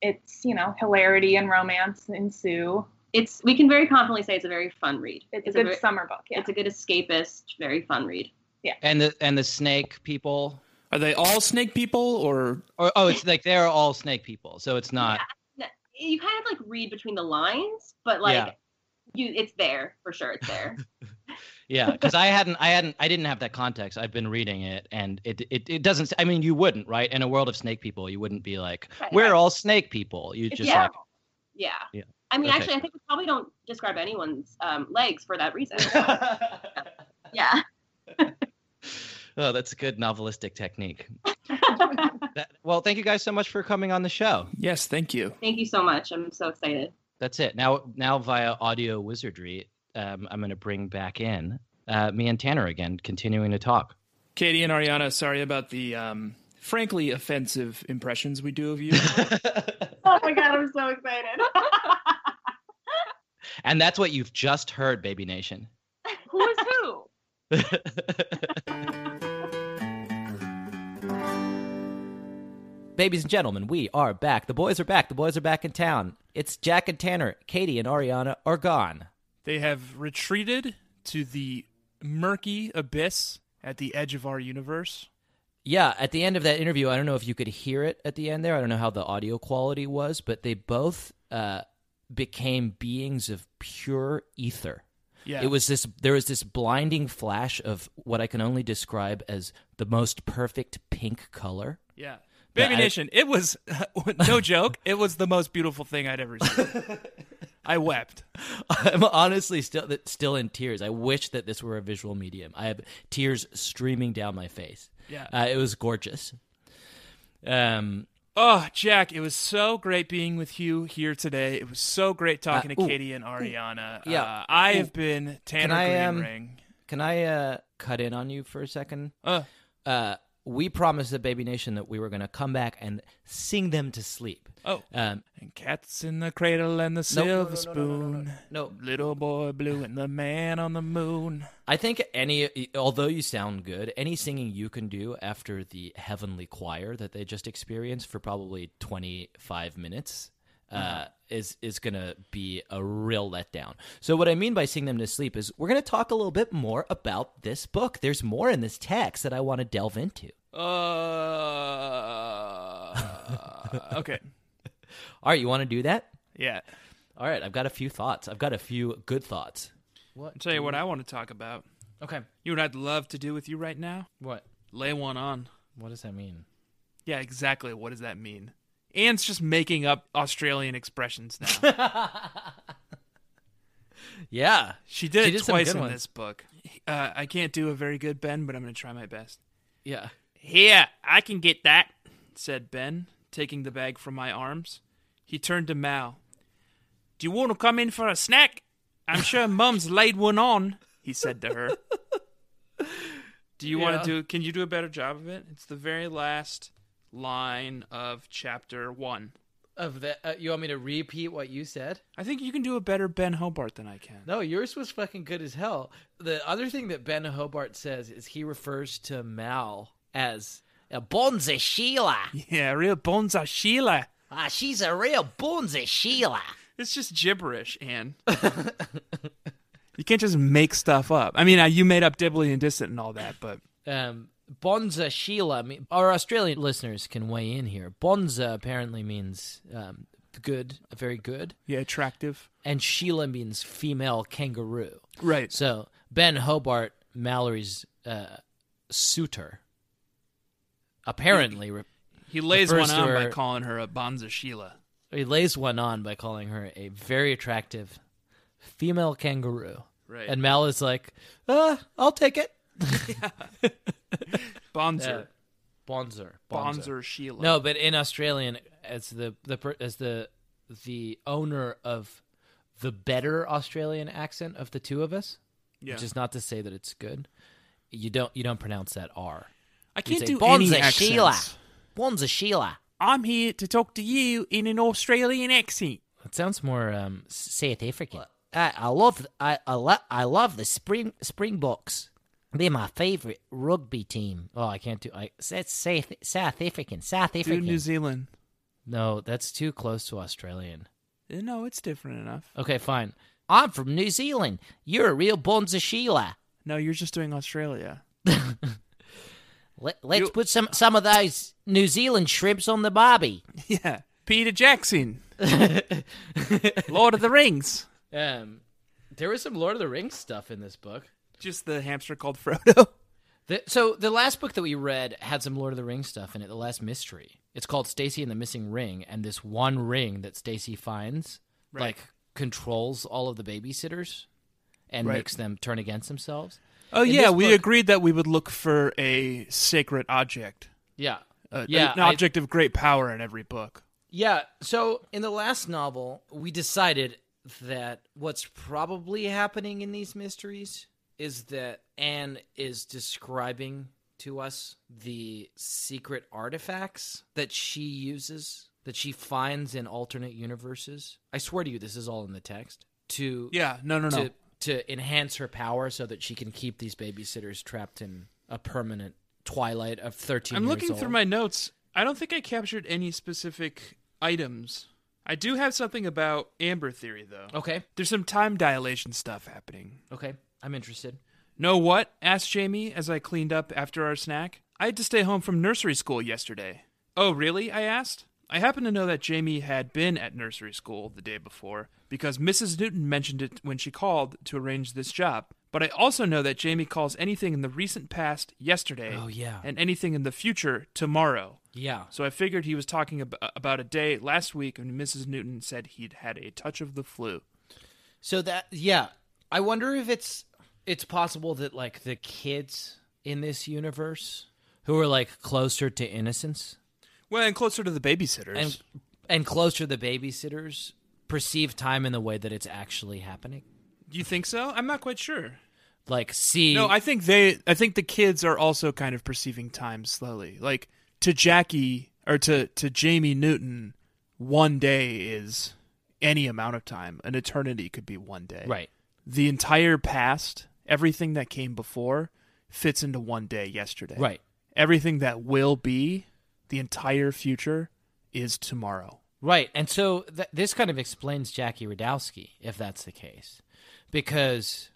Speaker 11: it's you know hilarity and romance ensue.
Speaker 9: It's we can very confidently say it's a very fun read.
Speaker 11: It's, a good
Speaker 9: ver-
Speaker 11: summer book. Yeah.
Speaker 9: It's a good escapist, very fun read.
Speaker 11: Yeah.
Speaker 15: And the and the snake people.
Speaker 14: Are they all snake people or
Speaker 15: or oh it's like they're all snake people. So it's not
Speaker 9: You kind of like read between the lines, but like
Speaker 15: Yeah.
Speaker 9: you, it's there for sure. It's there.
Speaker 15: Yeah, because I hadn't, I hadn't, I didn't have that context. I've been reading it, and it, it, it doesn't. I mean, you wouldn't, right? In a world of snake people, you wouldn't be like,
Speaker 9: Right.
Speaker 15: "We're all snake people." You
Speaker 9: It's
Speaker 15: just
Speaker 9: yeah.
Speaker 15: like,
Speaker 9: yeah.
Speaker 15: yeah,
Speaker 9: I mean,
Speaker 15: Okay.
Speaker 9: actually, I think we probably don't describe anyone's um, legs for that reason. yeah.
Speaker 15: oh, that's a good novelistic technique. That- well, thank you guys so much for coming on the show.
Speaker 14: Yes, thank you.
Speaker 9: Thank you so much. I'm so excited.
Speaker 15: That's it. Now, now via audio wizardry, um, I'm going to bring back in uh, me and Tanner again, continuing to talk.
Speaker 14: Katie and Ariana, sorry about the um, frankly offensive impressions we do of you.
Speaker 11: Oh my god, I'm so excited.
Speaker 15: And that's what you've just heard, Baby Nation.
Speaker 11: who is who?
Speaker 4: Ladies and gentlemen, we are back. The boys are back. The boys are back in town. It's Jack and Tanner. Katie and Ariana are gone.
Speaker 3: They have retreated to the murky abyss at the edge of our universe.
Speaker 4: Yeah, at the end of that interview, I don't know if you could hear it at the end there. I don't know how the audio quality was, but they both uh, became beings of pure ether.
Speaker 3: Yeah.
Speaker 4: It was this there was this blinding flash of what I can only describe as the most perfect pink color.
Speaker 3: Yeah.
Speaker 4: That
Speaker 3: Baby
Speaker 4: I-
Speaker 3: Nation, it was no joke. It was the most beautiful thing I'd ever seen. I wept.
Speaker 4: I'm honestly still that- still in tears. I wish that this were a visual medium. I have tears streaming down my face.
Speaker 3: Yeah.
Speaker 4: uh, it was gorgeous. Um,
Speaker 3: Oh, Jack, it was so great being with you here today. It was so great talking
Speaker 4: Uh,
Speaker 3: to
Speaker 4: ooh.
Speaker 3: Katie and Ariana.
Speaker 4: Yeah.
Speaker 3: Uh, I
Speaker 4: Ooh.
Speaker 3: have been Tanner
Speaker 4: Can I,
Speaker 3: Green
Speaker 4: um,
Speaker 3: Ring.
Speaker 4: Can I uh, cut in on you for a second?
Speaker 3: Uh.
Speaker 4: we promised the Baby Nation that we were going to come back and sing them to sleep.
Speaker 3: Oh.
Speaker 4: Um,
Speaker 3: and cats in the cradle and the
Speaker 4: No, no,
Speaker 3: silver spoon.
Speaker 4: No.
Speaker 3: Little boy blue and the man on the moon.
Speaker 4: I think any, although you sound good, any singing you can do after the heavenly choir that they just experienced for probably 25 minutes uh,
Speaker 15: Mhm.
Speaker 4: is is going to be a real letdown. So what I mean by sing them to sleep is we're going to talk a little bit more about this book. There's more in this text that I want to delve into.
Speaker 3: Uh, okay.
Speaker 4: All right, you want to do that?
Speaker 3: Yeah.
Speaker 4: All right, I've got a few thoughts. I've got a few good thoughts.
Speaker 3: What? I'll tell you what I want to talk about.
Speaker 4: Okay.
Speaker 3: You know what I'd love to do with you right now?
Speaker 4: What?
Speaker 3: Lay one on.
Speaker 4: What does that mean?
Speaker 3: Yeah, exactly. What does that mean? Anne's just making up Australian expressions now.
Speaker 4: Yeah,
Speaker 3: she did
Speaker 4: She
Speaker 3: it
Speaker 4: did some
Speaker 3: twice
Speaker 4: good
Speaker 3: in
Speaker 4: ones.
Speaker 3: this book. Uh, I can't do a very good Ben, but I'm going to try my best.
Speaker 4: Yeah.
Speaker 3: Here, I can get that, said Ben, taking the bag from my arms. He turned to Mal. Do you want to come in for a snack? I'm sure Mum's laid one on, he said to her. Do you want
Speaker 14: Yeah.
Speaker 3: to do? Can you do a better job of it? It's the very last line of chapter one.
Speaker 16: Of the, uh, you want me to repeat what you said?
Speaker 3: I think you can do a better Ben Hobart than I can.
Speaker 16: No, yours was fucking good as hell. The other thing that Ben Hobart says is he refers to Mal as a Bonza Sheila.
Speaker 3: Yeah, real bonza Sheila.
Speaker 17: Ah, she's a real boonsy Sheila.
Speaker 3: It's just gibberish, Anne. You can't just make stuff up. I mean, I, you made up Dibley and Distant and all that, but
Speaker 4: Um, Bonza Sheila. I mean, our Australian listeners can weigh in here. Bonza apparently means um, good, very good.
Speaker 3: Yeah, attractive.
Speaker 4: And Sheila means female kangaroo.
Speaker 3: Right.
Speaker 4: So Ben Hobart, Mallory's uh, suitor, apparently. re-
Speaker 3: he lays one
Speaker 4: refers to
Speaker 3: on by
Speaker 4: her-
Speaker 3: calling her a Bonza Sheila.
Speaker 4: He lays one on by calling her a very attractive female kangaroo.
Speaker 3: Right.
Speaker 4: And Mal is like, uh, I'll take it.
Speaker 3: Bonzer.
Speaker 4: Bonzer.
Speaker 3: Bonzer Sheila.
Speaker 4: No, but in Australian, as the the per- as the the owner of the better Australian accent of the two of us,
Speaker 3: Yeah.
Speaker 4: which is not to say that it's good. You don't you don't pronounce that R.
Speaker 3: I
Speaker 4: You
Speaker 3: can't
Speaker 4: say,
Speaker 3: do
Speaker 4: Bonza
Speaker 3: any accents.
Speaker 4: Sheila. Bonza Sheila.
Speaker 3: I'm here to talk to you in an Australian accent.
Speaker 4: It sounds more um, South African.
Speaker 17: I, I love I I, lo- I love the spring Springboks. They're my favorite rugby team.
Speaker 4: Oh, I can't do. I
Speaker 17: That's South, South African. South
Speaker 4: Do
Speaker 17: African.
Speaker 4: New
Speaker 3: Zealand.
Speaker 4: no, that's too close to Australian.
Speaker 3: Uh, No, it's different enough.
Speaker 4: Okay, fine.
Speaker 17: I'm from New Zealand. You're a real bonza Sheila.
Speaker 3: No, you're just doing Australia.
Speaker 17: Let, let's put some some of those New Zealand shrimps on the barbie.
Speaker 3: Yeah. Peter Jackson. Lord of the Rings.
Speaker 4: Um, there was some Lord of the Rings stuff in this book.
Speaker 3: Just the hamster called Frodo.
Speaker 4: The, so the last book that we read had some Lord of the Rings stuff in it. The last mystery. It's called Stacy and the Missing Ring, and this one ring that Stacy finds
Speaker 3: Right.
Speaker 4: like controls all of the babysitters and
Speaker 3: Right.
Speaker 4: makes them turn against themselves.
Speaker 3: Oh
Speaker 4: In
Speaker 3: yeah,
Speaker 4: this
Speaker 3: we
Speaker 4: book-
Speaker 3: agreed that we would look for a sacred object.
Speaker 4: Yeah.
Speaker 3: Uh,
Speaker 4: Yeah,
Speaker 3: an
Speaker 4: I-
Speaker 3: object of great power in every book.
Speaker 4: Yeah. So in the last novel, we decided that what's probably happening in these mysteries is that Anne is describing to us the secret artifacts that she uses, that she finds in alternate universes. I swear to you, this is all in the text. To
Speaker 3: Yeah, no, no, no.
Speaker 4: to- To enhance her power so that she can keep these babysitters trapped in a permanent twilight of thirteen.
Speaker 3: I'm
Speaker 4: years
Speaker 3: looking through
Speaker 4: old.
Speaker 3: my notes. I don't think I captured any specific items. I do have something about Amber Theory though.
Speaker 4: Okay.
Speaker 3: There's some time dilation stuff happening.
Speaker 4: Okay, I'm interested.
Speaker 3: Know what? asked Jamie as I cleaned up after our snack. I had to stay home from nursery school yesterday. Oh, really? I asked. I happened to know that Jamie had been at nursery school the day before because Mrs. Newton mentioned it when she called to arrange this job. But I also know that Jamie calls anything in the recent past yesterday.
Speaker 4: Oh, yeah.
Speaker 3: And anything in the future tomorrow.
Speaker 4: Yeah.
Speaker 3: So I figured he was talking ab- about a day last week when Mrs. Newton said he'd had a touch of the flu.
Speaker 4: So that yeah, I wonder if it's it's possible that like the kids in this universe who are like closer to innocence
Speaker 3: Well, and closer to the babysitters.
Speaker 4: and and closer the babysitters perceive time in the way that it's actually happening.
Speaker 3: you think so? I'm not quite sure.
Speaker 4: Like see
Speaker 3: No, I think they. I think the kids are also kind of perceiving time slowly. Like to Jackie or to to Jamie Newton, one day is any amount of time. An eternity could be one day.
Speaker 4: Right.
Speaker 3: The entire past, everything that came before, fits into one day yesterday.
Speaker 4: Right.
Speaker 3: Everything that will be, the entire future, is tomorrow.
Speaker 4: Right. And so th- this kind of explains Jackie Radowski, if that's the case, because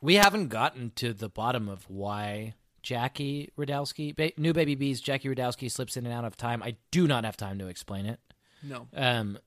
Speaker 4: we haven't gotten to the bottom of why Jackie Radowski, ba- new baby bees, Jackie Radowski slips in and out of time. I do not have time to explain it.
Speaker 3: No.
Speaker 4: Um,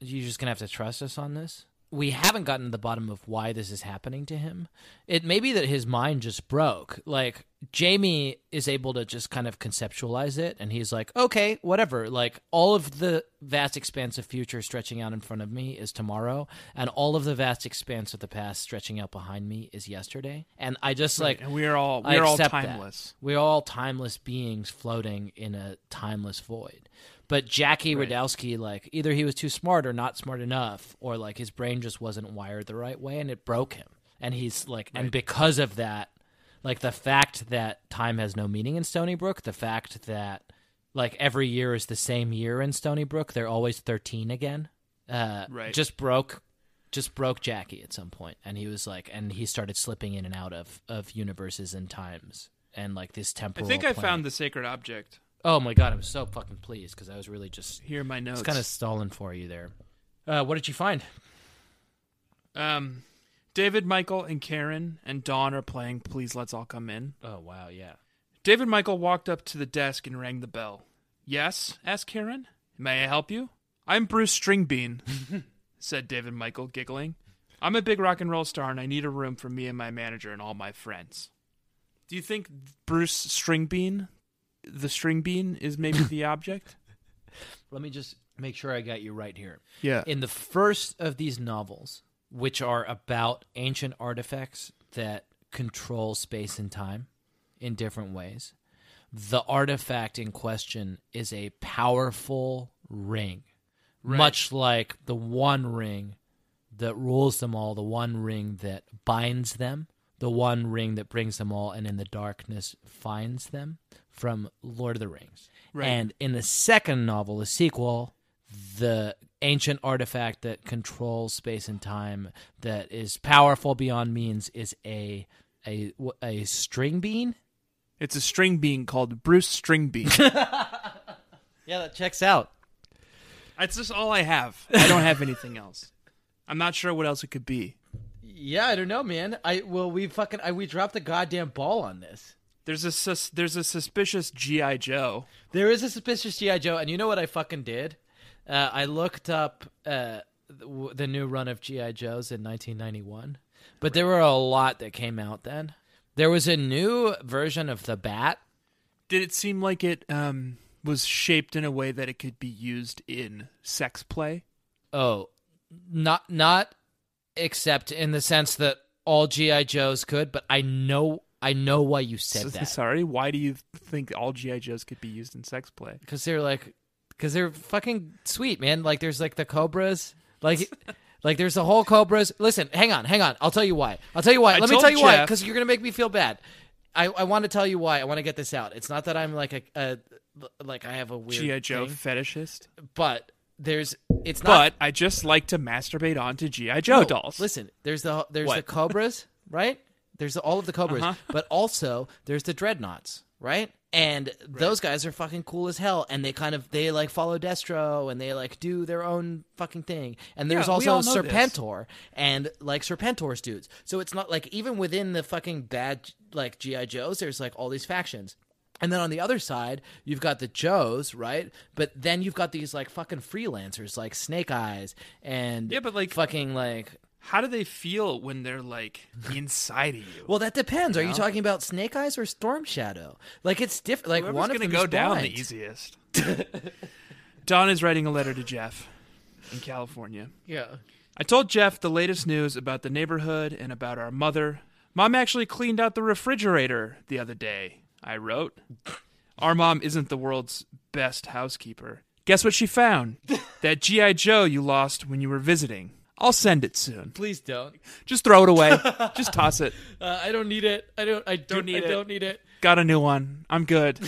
Speaker 4: you're just going to have to trust us on this. We haven't gotten to the bottom of why this is happening to him. It may be that his mind just broke. Like, Jamie is able to just kind of conceptualize it, and he's like, okay, whatever. Like, all of the vast expanse of future stretching out in front of me is tomorrow, and all of the vast expanse of the past stretching out behind me is yesterday. And I just,
Speaker 3: Right,
Speaker 4: like,
Speaker 3: and we are all-
Speaker 4: I
Speaker 3: we are all
Speaker 4: accept that.
Speaker 3: timeless.
Speaker 4: We're all timeless beings floating in a timeless void. But Jackie
Speaker 3: Right.
Speaker 4: Radowski, like, either he was too smart or not smart enough, or like his brain just wasn't wired the right way and it broke him. And he's like, and
Speaker 3: Right.
Speaker 4: because of that, like the fact that time has no meaning in Stony Brook, the fact that like every year is the same year in Stony Brook, they're always 13 again. Uh,
Speaker 3: Right.
Speaker 4: Just broke just broke Jackie at some point, and he was like, and he started slipping in and out of of universes and times and like this
Speaker 3: I
Speaker 4: temporal.
Speaker 3: think I
Speaker 4: plane.
Speaker 3: found the sacred object.
Speaker 4: Oh my god, I'm so fucking pleased because I was really just
Speaker 3: here. My notes.
Speaker 4: It's kind of stalling for you there. Uh, what did you find?
Speaker 3: Um, David, Michael, and Karen and Dawn are playing Please Let's All Come In.
Speaker 4: Oh, wow, yeah.
Speaker 3: David Michael walked up to the desk and rang the bell. Yes, asked Karen. May I help you? I'm Bruce Stringbean, said David Michael, giggling. I'm a big rock and roll star and I need a room for me and my manager and all my friends. Do you think Bruce Stringbean, the Stringbean, is maybe the object?
Speaker 4: Let me just make sure I got you right here.
Speaker 3: Yeah.
Speaker 4: In the first of these novels, which are about ancient artifacts that control space and time in different ways, the artifact in question is a powerful ring,
Speaker 18: Right.
Speaker 4: much like the one ring that rules them all, the one ring that binds them, the one ring that brings them all and in the darkness finds them from Lord of the Rings.
Speaker 18: Right.
Speaker 4: And in the second novel, the sequel, the ancient artifact that controls space and time that is powerful beyond means is a a a string bean.
Speaker 3: It's a string bean called Bruce Stringbean.
Speaker 4: yeah, that checks out.
Speaker 3: That's just all I have. I don't have anything else. I'm not sure what else it could be.
Speaker 4: Yeah, I don't know, man. I well, we fucking I, we dropped the goddamn ball on this.
Speaker 3: There's a sus- there's a suspicious GI Joe.
Speaker 4: There is a suspicious GI Joe, and you know what I fucking did? Uh, I looked up uh, the, w- the new run of GI Joes in 1991, but there were a lot that came out then. There was a new version of the Bat.
Speaker 3: Did it seem like it um, was shaped in a way that it could be used in sex play?
Speaker 4: Oh, not not except in the sense that all GI Joes could, but I know I know why you said
Speaker 3: S-
Speaker 4: that.
Speaker 3: Sorry, why do you think all GI Joes could be used in sex play?
Speaker 4: because they're like because they're fucking sweet man like there's like the cobras like like there's the whole cobras listen hang on hang on i'll tell you why i'll tell you why
Speaker 3: I
Speaker 4: let me
Speaker 3: told
Speaker 4: tell you why
Speaker 3: Jeff-
Speaker 4: because you're gonna make me feel bad i, I want to tell you why i want to get this out it's not that i'm like a, a like i have a weird
Speaker 3: GI Joe
Speaker 4: thing,
Speaker 3: fetishist.
Speaker 4: but there's it's not
Speaker 3: But I just like to masturbate onto GI Joe
Speaker 4: No,
Speaker 3: dolls.
Speaker 4: Listen, there's the there's the
Speaker 3: What?
Speaker 4: cobras, right? There's all of the cobras,
Speaker 3: Uh-huh.
Speaker 4: but also there's the dreadnoughts, right? And those guys are fucking cool as hell, and they kind of they like follow Destro, and they like do their own fucking thing. And there's
Speaker 18: Yeah, we
Speaker 4: also
Speaker 18: all know this.
Speaker 4: Serpentor, and like Serpentor's dudes. So it's not like even within the fucking bad like GI Joes, there's like all these factions. And then on the other side, you've got the Joes, right? But then you've got these like fucking freelancers, like Snake Eyes, and yeah, but like fucking like
Speaker 3: How do they feel when they're like inside of you?
Speaker 4: well, that depends. Are you
Speaker 3: Yeah.
Speaker 4: talking about Snake Eyes or Storm Shadow? Like it's different. Like
Speaker 3: Whoever's
Speaker 4: one of
Speaker 3: gonna
Speaker 4: them
Speaker 3: go
Speaker 4: is
Speaker 3: down
Speaker 4: blind.
Speaker 3: the easiest. Don is writing a letter to Jeff in California.
Speaker 4: Yeah.
Speaker 3: I told Jeff the latest news about the neighborhood and about our mother. Mom actually cleaned out the refrigerator the other day, I wrote. Our mom isn't the world's best housekeeper. Guess what she found? that G.I. Joe you lost when you were visiting. I'll send it soon.
Speaker 4: Please don't.
Speaker 3: Just throw it away. Just toss it.
Speaker 4: Uh, I don't need it. I don't. I do,
Speaker 3: Don't need
Speaker 4: I
Speaker 3: it.
Speaker 4: don't need it.
Speaker 3: Got a new one. I'm good.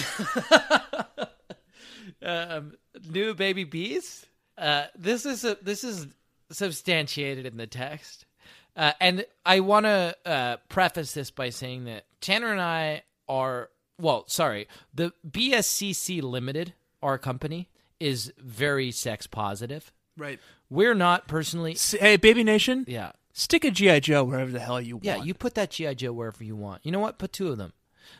Speaker 4: Um, new baby bees. Uh, this is a, this is substantiated in the text, uh, and I want to uh, preface this by saying that Tanner and I are well. Sorry, the BSCC Limited, our company, is very sex positive.
Speaker 3: Right.
Speaker 4: We're not personally.
Speaker 3: hey, Baby Nation.
Speaker 4: Yeah.
Speaker 3: Stick a G.I. Joe wherever the hell you
Speaker 4: Yeah,
Speaker 3: want.
Speaker 4: you put that GI Joe wherever you want. You know what? Put two of them.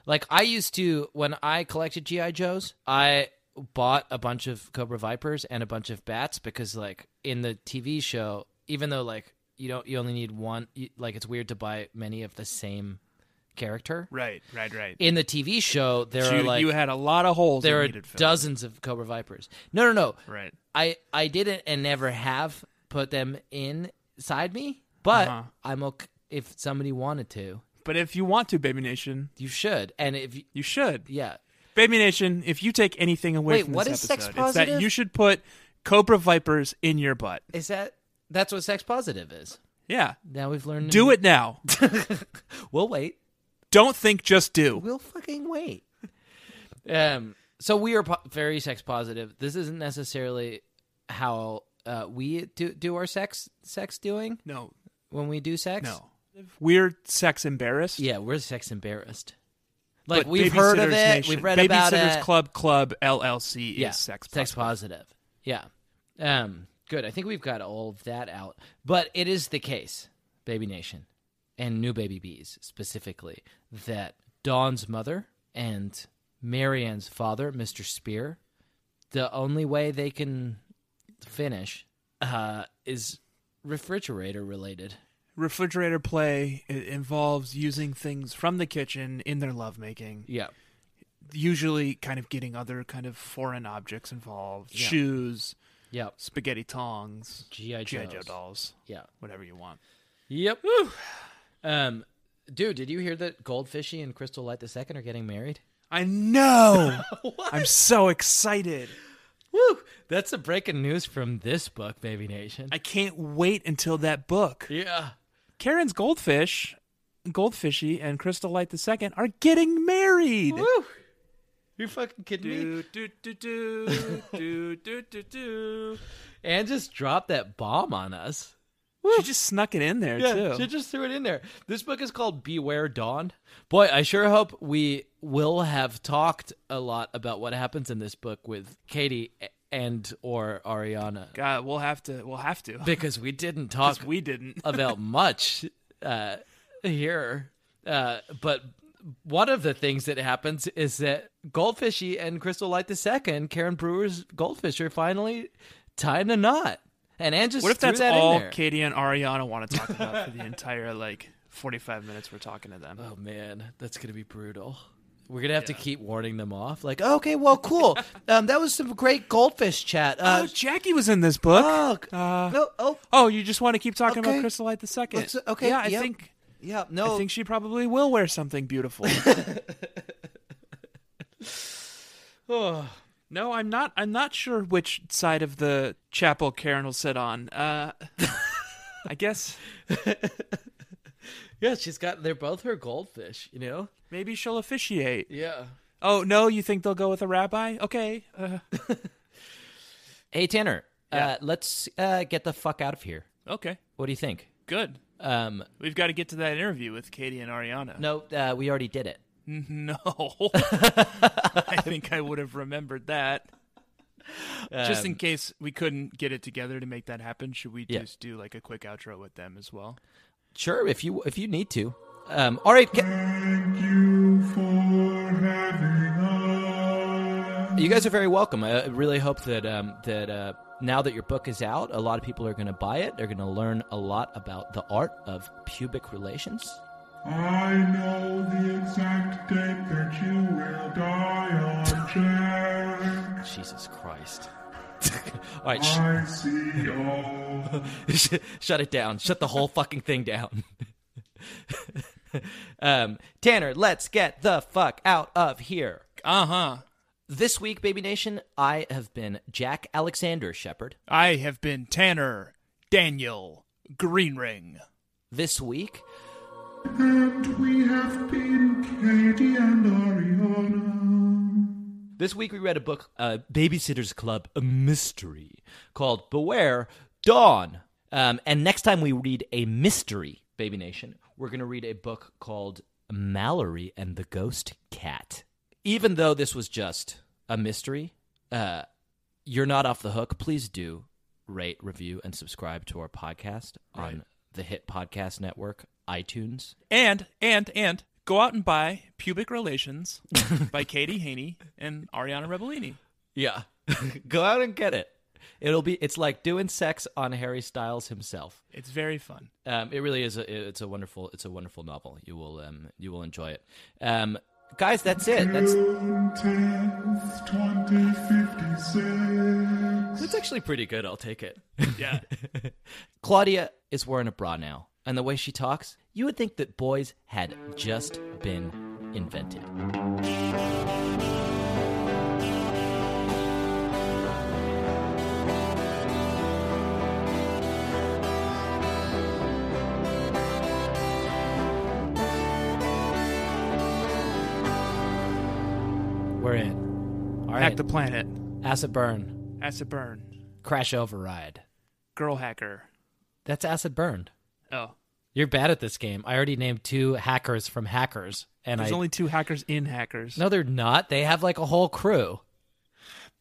Speaker 4: Like I used to when I collected GI Joes, I bought a bunch of Cobra Vipers and a bunch of bats because like in the TV show, even though like you don't you only need one, you, like it's weird to buy many of the same character.
Speaker 3: Right, right, right.
Speaker 4: In the TV show, there
Speaker 3: So
Speaker 4: are
Speaker 3: you-
Speaker 4: like
Speaker 3: you had a lot of holes
Speaker 4: There
Speaker 3: that
Speaker 4: are
Speaker 3: needed filled.
Speaker 4: dozens of Cobra Vipers. No, no, no.
Speaker 3: Right.
Speaker 4: I I didn't and never have put them inside me, but
Speaker 3: Uh-huh.
Speaker 4: I'm okay if somebody wanted to.
Speaker 3: But if you want to, Baby Nation,
Speaker 4: you should. And if you,
Speaker 3: should,
Speaker 4: yeah,
Speaker 3: Baby Nation, if you take anything away
Speaker 4: Wait,
Speaker 3: from
Speaker 4: what
Speaker 3: this
Speaker 4: is
Speaker 3: episode,
Speaker 4: sex
Speaker 3: it's that
Speaker 4: positive?
Speaker 3: you should put Cobra Vipers in your butt.
Speaker 4: Is that that's what sex positive is?
Speaker 3: Yeah.
Speaker 4: Now we've learned.
Speaker 3: Do it now.
Speaker 4: we'll wait.
Speaker 3: Don't think, just do.
Speaker 4: We'll fucking wait. um. So we are po- very sex positive. This isn't necessarily how uh, we do do our sex sex doing.
Speaker 3: No.
Speaker 4: When we do sex,
Speaker 3: No. We're sex embarrassed.
Speaker 4: Yeah, we're sex embarrassed. Like
Speaker 3: But
Speaker 4: we've heard of
Speaker 3: Babysitters
Speaker 4: it,
Speaker 3: Nation-
Speaker 4: we've read about
Speaker 3: Babysitters
Speaker 4: it.
Speaker 3: Club Club LLC is sex
Speaker 4: positive. Yeah. Um, good. I think we've got all of that out. But it is the case, Baby Nation, and New Baby Bees specifically, that Dawn's mother and Marianne's father, Mr. Spear, the only way they can finish uh, is refrigerator related.
Speaker 3: refrigerator play it involves using things from the kitchen in their lovemaking.
Speaker 4: Yeah.
Speaker 3: Usually kind of getting other kind of foreign objects involved.
Speaker 4: Yeah.
Speaker 3: Shoes.
Speaker 4: Yep.
Speaker 3: Spaghetti tongs.
Speaker 4: G.I.
Speaker 3: G.I. Joe
Speaker 4: Joes.
Speaker 3: dolls.
Speaker 4: Yeah.
Speaker 3: Whatever you want.
Speaker 4: Yep. Um, dude, did you hear that Goldfishy and Crystal Light the Second are getting married?
Speaker 3: I know. I'm so excited.
Speaker 4: Woo! That's the breaking news from this book, Baby Nation.
Speaker 3: I can't wait until that book.
Speaker 4: Yeah.
Speaker 3: Karen's goldfish, Goldfishy, and Crystal Light the Second are getting married.
Speaker 4: Woo! You're fucking kidding
Speaker 3: me. Do, do, do, do, do, do, do.
Speaker 4: And just dropped that bomb on us.
Speaker 3: She just snuck it in there
Speaker 4: Yeah,
Speaker 3: too.
Speaker 4: she just threw it in there. This book is called Beware Dawn. Boy, I sure hope we will have talked a lot about what happens in this book with Katie and or Ariana.
Speaker 3: God, we'll have to. We'll have to.
Speaker 4: because we didn't talk
Speaker 3: 'Cause we didn't
Speaker 4: about much uh here uh but one of the things that happens is that goldfishy and crystal light the second karen brewer's goldfish are finally tying a knot and Anne just
Speaker 3: what if
Speaker 4: threw
Speaker 3: that's
Speaker 4: that in
Speaker 3: all
Speaker 4: there.
Speaker 3: Katie and Ariana want to talk about for the entire like 45 minutes we're talking to them?
Speaker 4: Oh man, that's gonna be brutal. we're gonna have to keep warning them off like oh
Speaker 19: Okay, well, cool. um, that was some great goldfish chat. Uh,
Speaker 3: oh, Jackie was in this book.
Speaker 19: Oh,
Speaker 3: uh,
Speaker 19: no, oh,
Speaker 3: oh, you just want to keep talking
Speaker 19: Okay.
Speaker 3: about Crystal Light the Second?
Speaker 19: Let's- uh, okay,
Speaker 3: yeah, I
Speaker 19: yep.
Speaker 3: think.
Speaker 19: Yeah, no.
Speaker 3: I think she probably will wear something beautiful.
Speaker 4: Oh.
Speaker 3: No, I'm not. I'm not sure which side of the chapel Karen will sit on. Uh, I guess
Speaker 4: yeah she's got they're both her goldfish you know
Speaker 3: maybe she'll officiate.
Speaker 4: Yeah.
Speaker 3: Oh no, you think they'll go with a rabbi? Okay. Uh,
Speaker 19: Hey, Tanner, uh,
Speaker 3: Yeah.
Speaker 19: let's uh, get the fuck out of here.
Speaker 3: okay.
Speaker 19: What do you think?
Speaker 3: Good.
Speaker 19: Um,
Speaker 3: We've got to get to that interview with Katie and Ariana.
Speaker 19: no, uh, we already did it.
Speaker 3: No. I think I would have remembered that. Just in
Speaker 19: Um,
Speaker 3: case we couldn't get it together to make that happen, should we
Speaker 19: Yeah.
Speaker 3: just do like a quick outro with them as well?
Speaker 19: Sure, if you if you need to. Um, all right. ca- You guys are very welcome. I uh, really hope that um, that uh, now that your book is out, a lot of people are going to buy it. They're going to learn a lot about the art of pubic relations.
Speaker 6: I know the exact date that you will die on, Jack.
Speaker 19: Jesus Christ! all right, sh-
Speaker 6: I see all.
Speaker 19: Sh- shut it down. Shut the whole fucking thing down. um, Tanner, let's get the fuck out of here.
Speaker 3: Uh huh.
Speaker 19: This week, Baby Nation, I have been Jack Alexander Shepard.
Speaker 3: I have been Tanner Daniel Greenring.
Speaker 19: This week,
Speaker 6: And we have been Katie and Ariana.
Speaker 19: this week we read a book, uh, Babysitter's Club, a mystery called Beware Dawn. Um, and next time we read a mystery, Baby Nation, we're going to read a book called Mallory and the Ghost Cat. Even though this was just a mystery, uh, you're not off the hook. Please do rate, review, and subscribe to our podcast
Speaker 3: Right.
Speaker 19: on the Hit Podcast Network, iTunes.
Speaker 3: And, and, and go out and buy Pubic Relations by Katie Haney and Ariana Rebellini.
Speaker 19: Yeah. Go out and get it. It'll be it's like doing sex on Harry Styles himself.
Speaker 3: It's very fun.
Speaker 19: Um, it really is a it's a wonderful it's a wonderful novel. You will um you will enjoy it. Um guys, that's it. That's
Speaker 6: June 10th, 2056.
Speaker 19: that's actually pretty good. I'll take it.
Speaker 3: Yeah.
Speaker 19: Claudia is wearing a bra now, and the way she talks, you would think that boys had just been invented.
Speaker 4: we're in all right
Speaker 3: Hack the planet.
Speaker 4: acid burn
Speaker 3: Acid burn.
Speaker 4: crash override
Speaker 3: Girl hacker.
Speaker 4: that's acid burned
Speaker 3: Oh.
Speaker 4: You're bad at this game. I already named two hackers from Hackers, and
Speaker 3: There's
Speaker 4: I
Speaker 3: only two hackers in hackers.
Speaker 4: no, they're not. They have like a whole crew.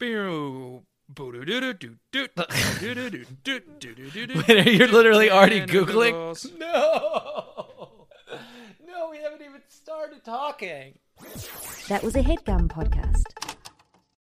Speaker 3: Wait,
Speaker 4: you're literally already Googling?
Speaker 3: No.
Speaker 4: No, we haven't even started talking.
Speaker 1: That was a headgum podcast.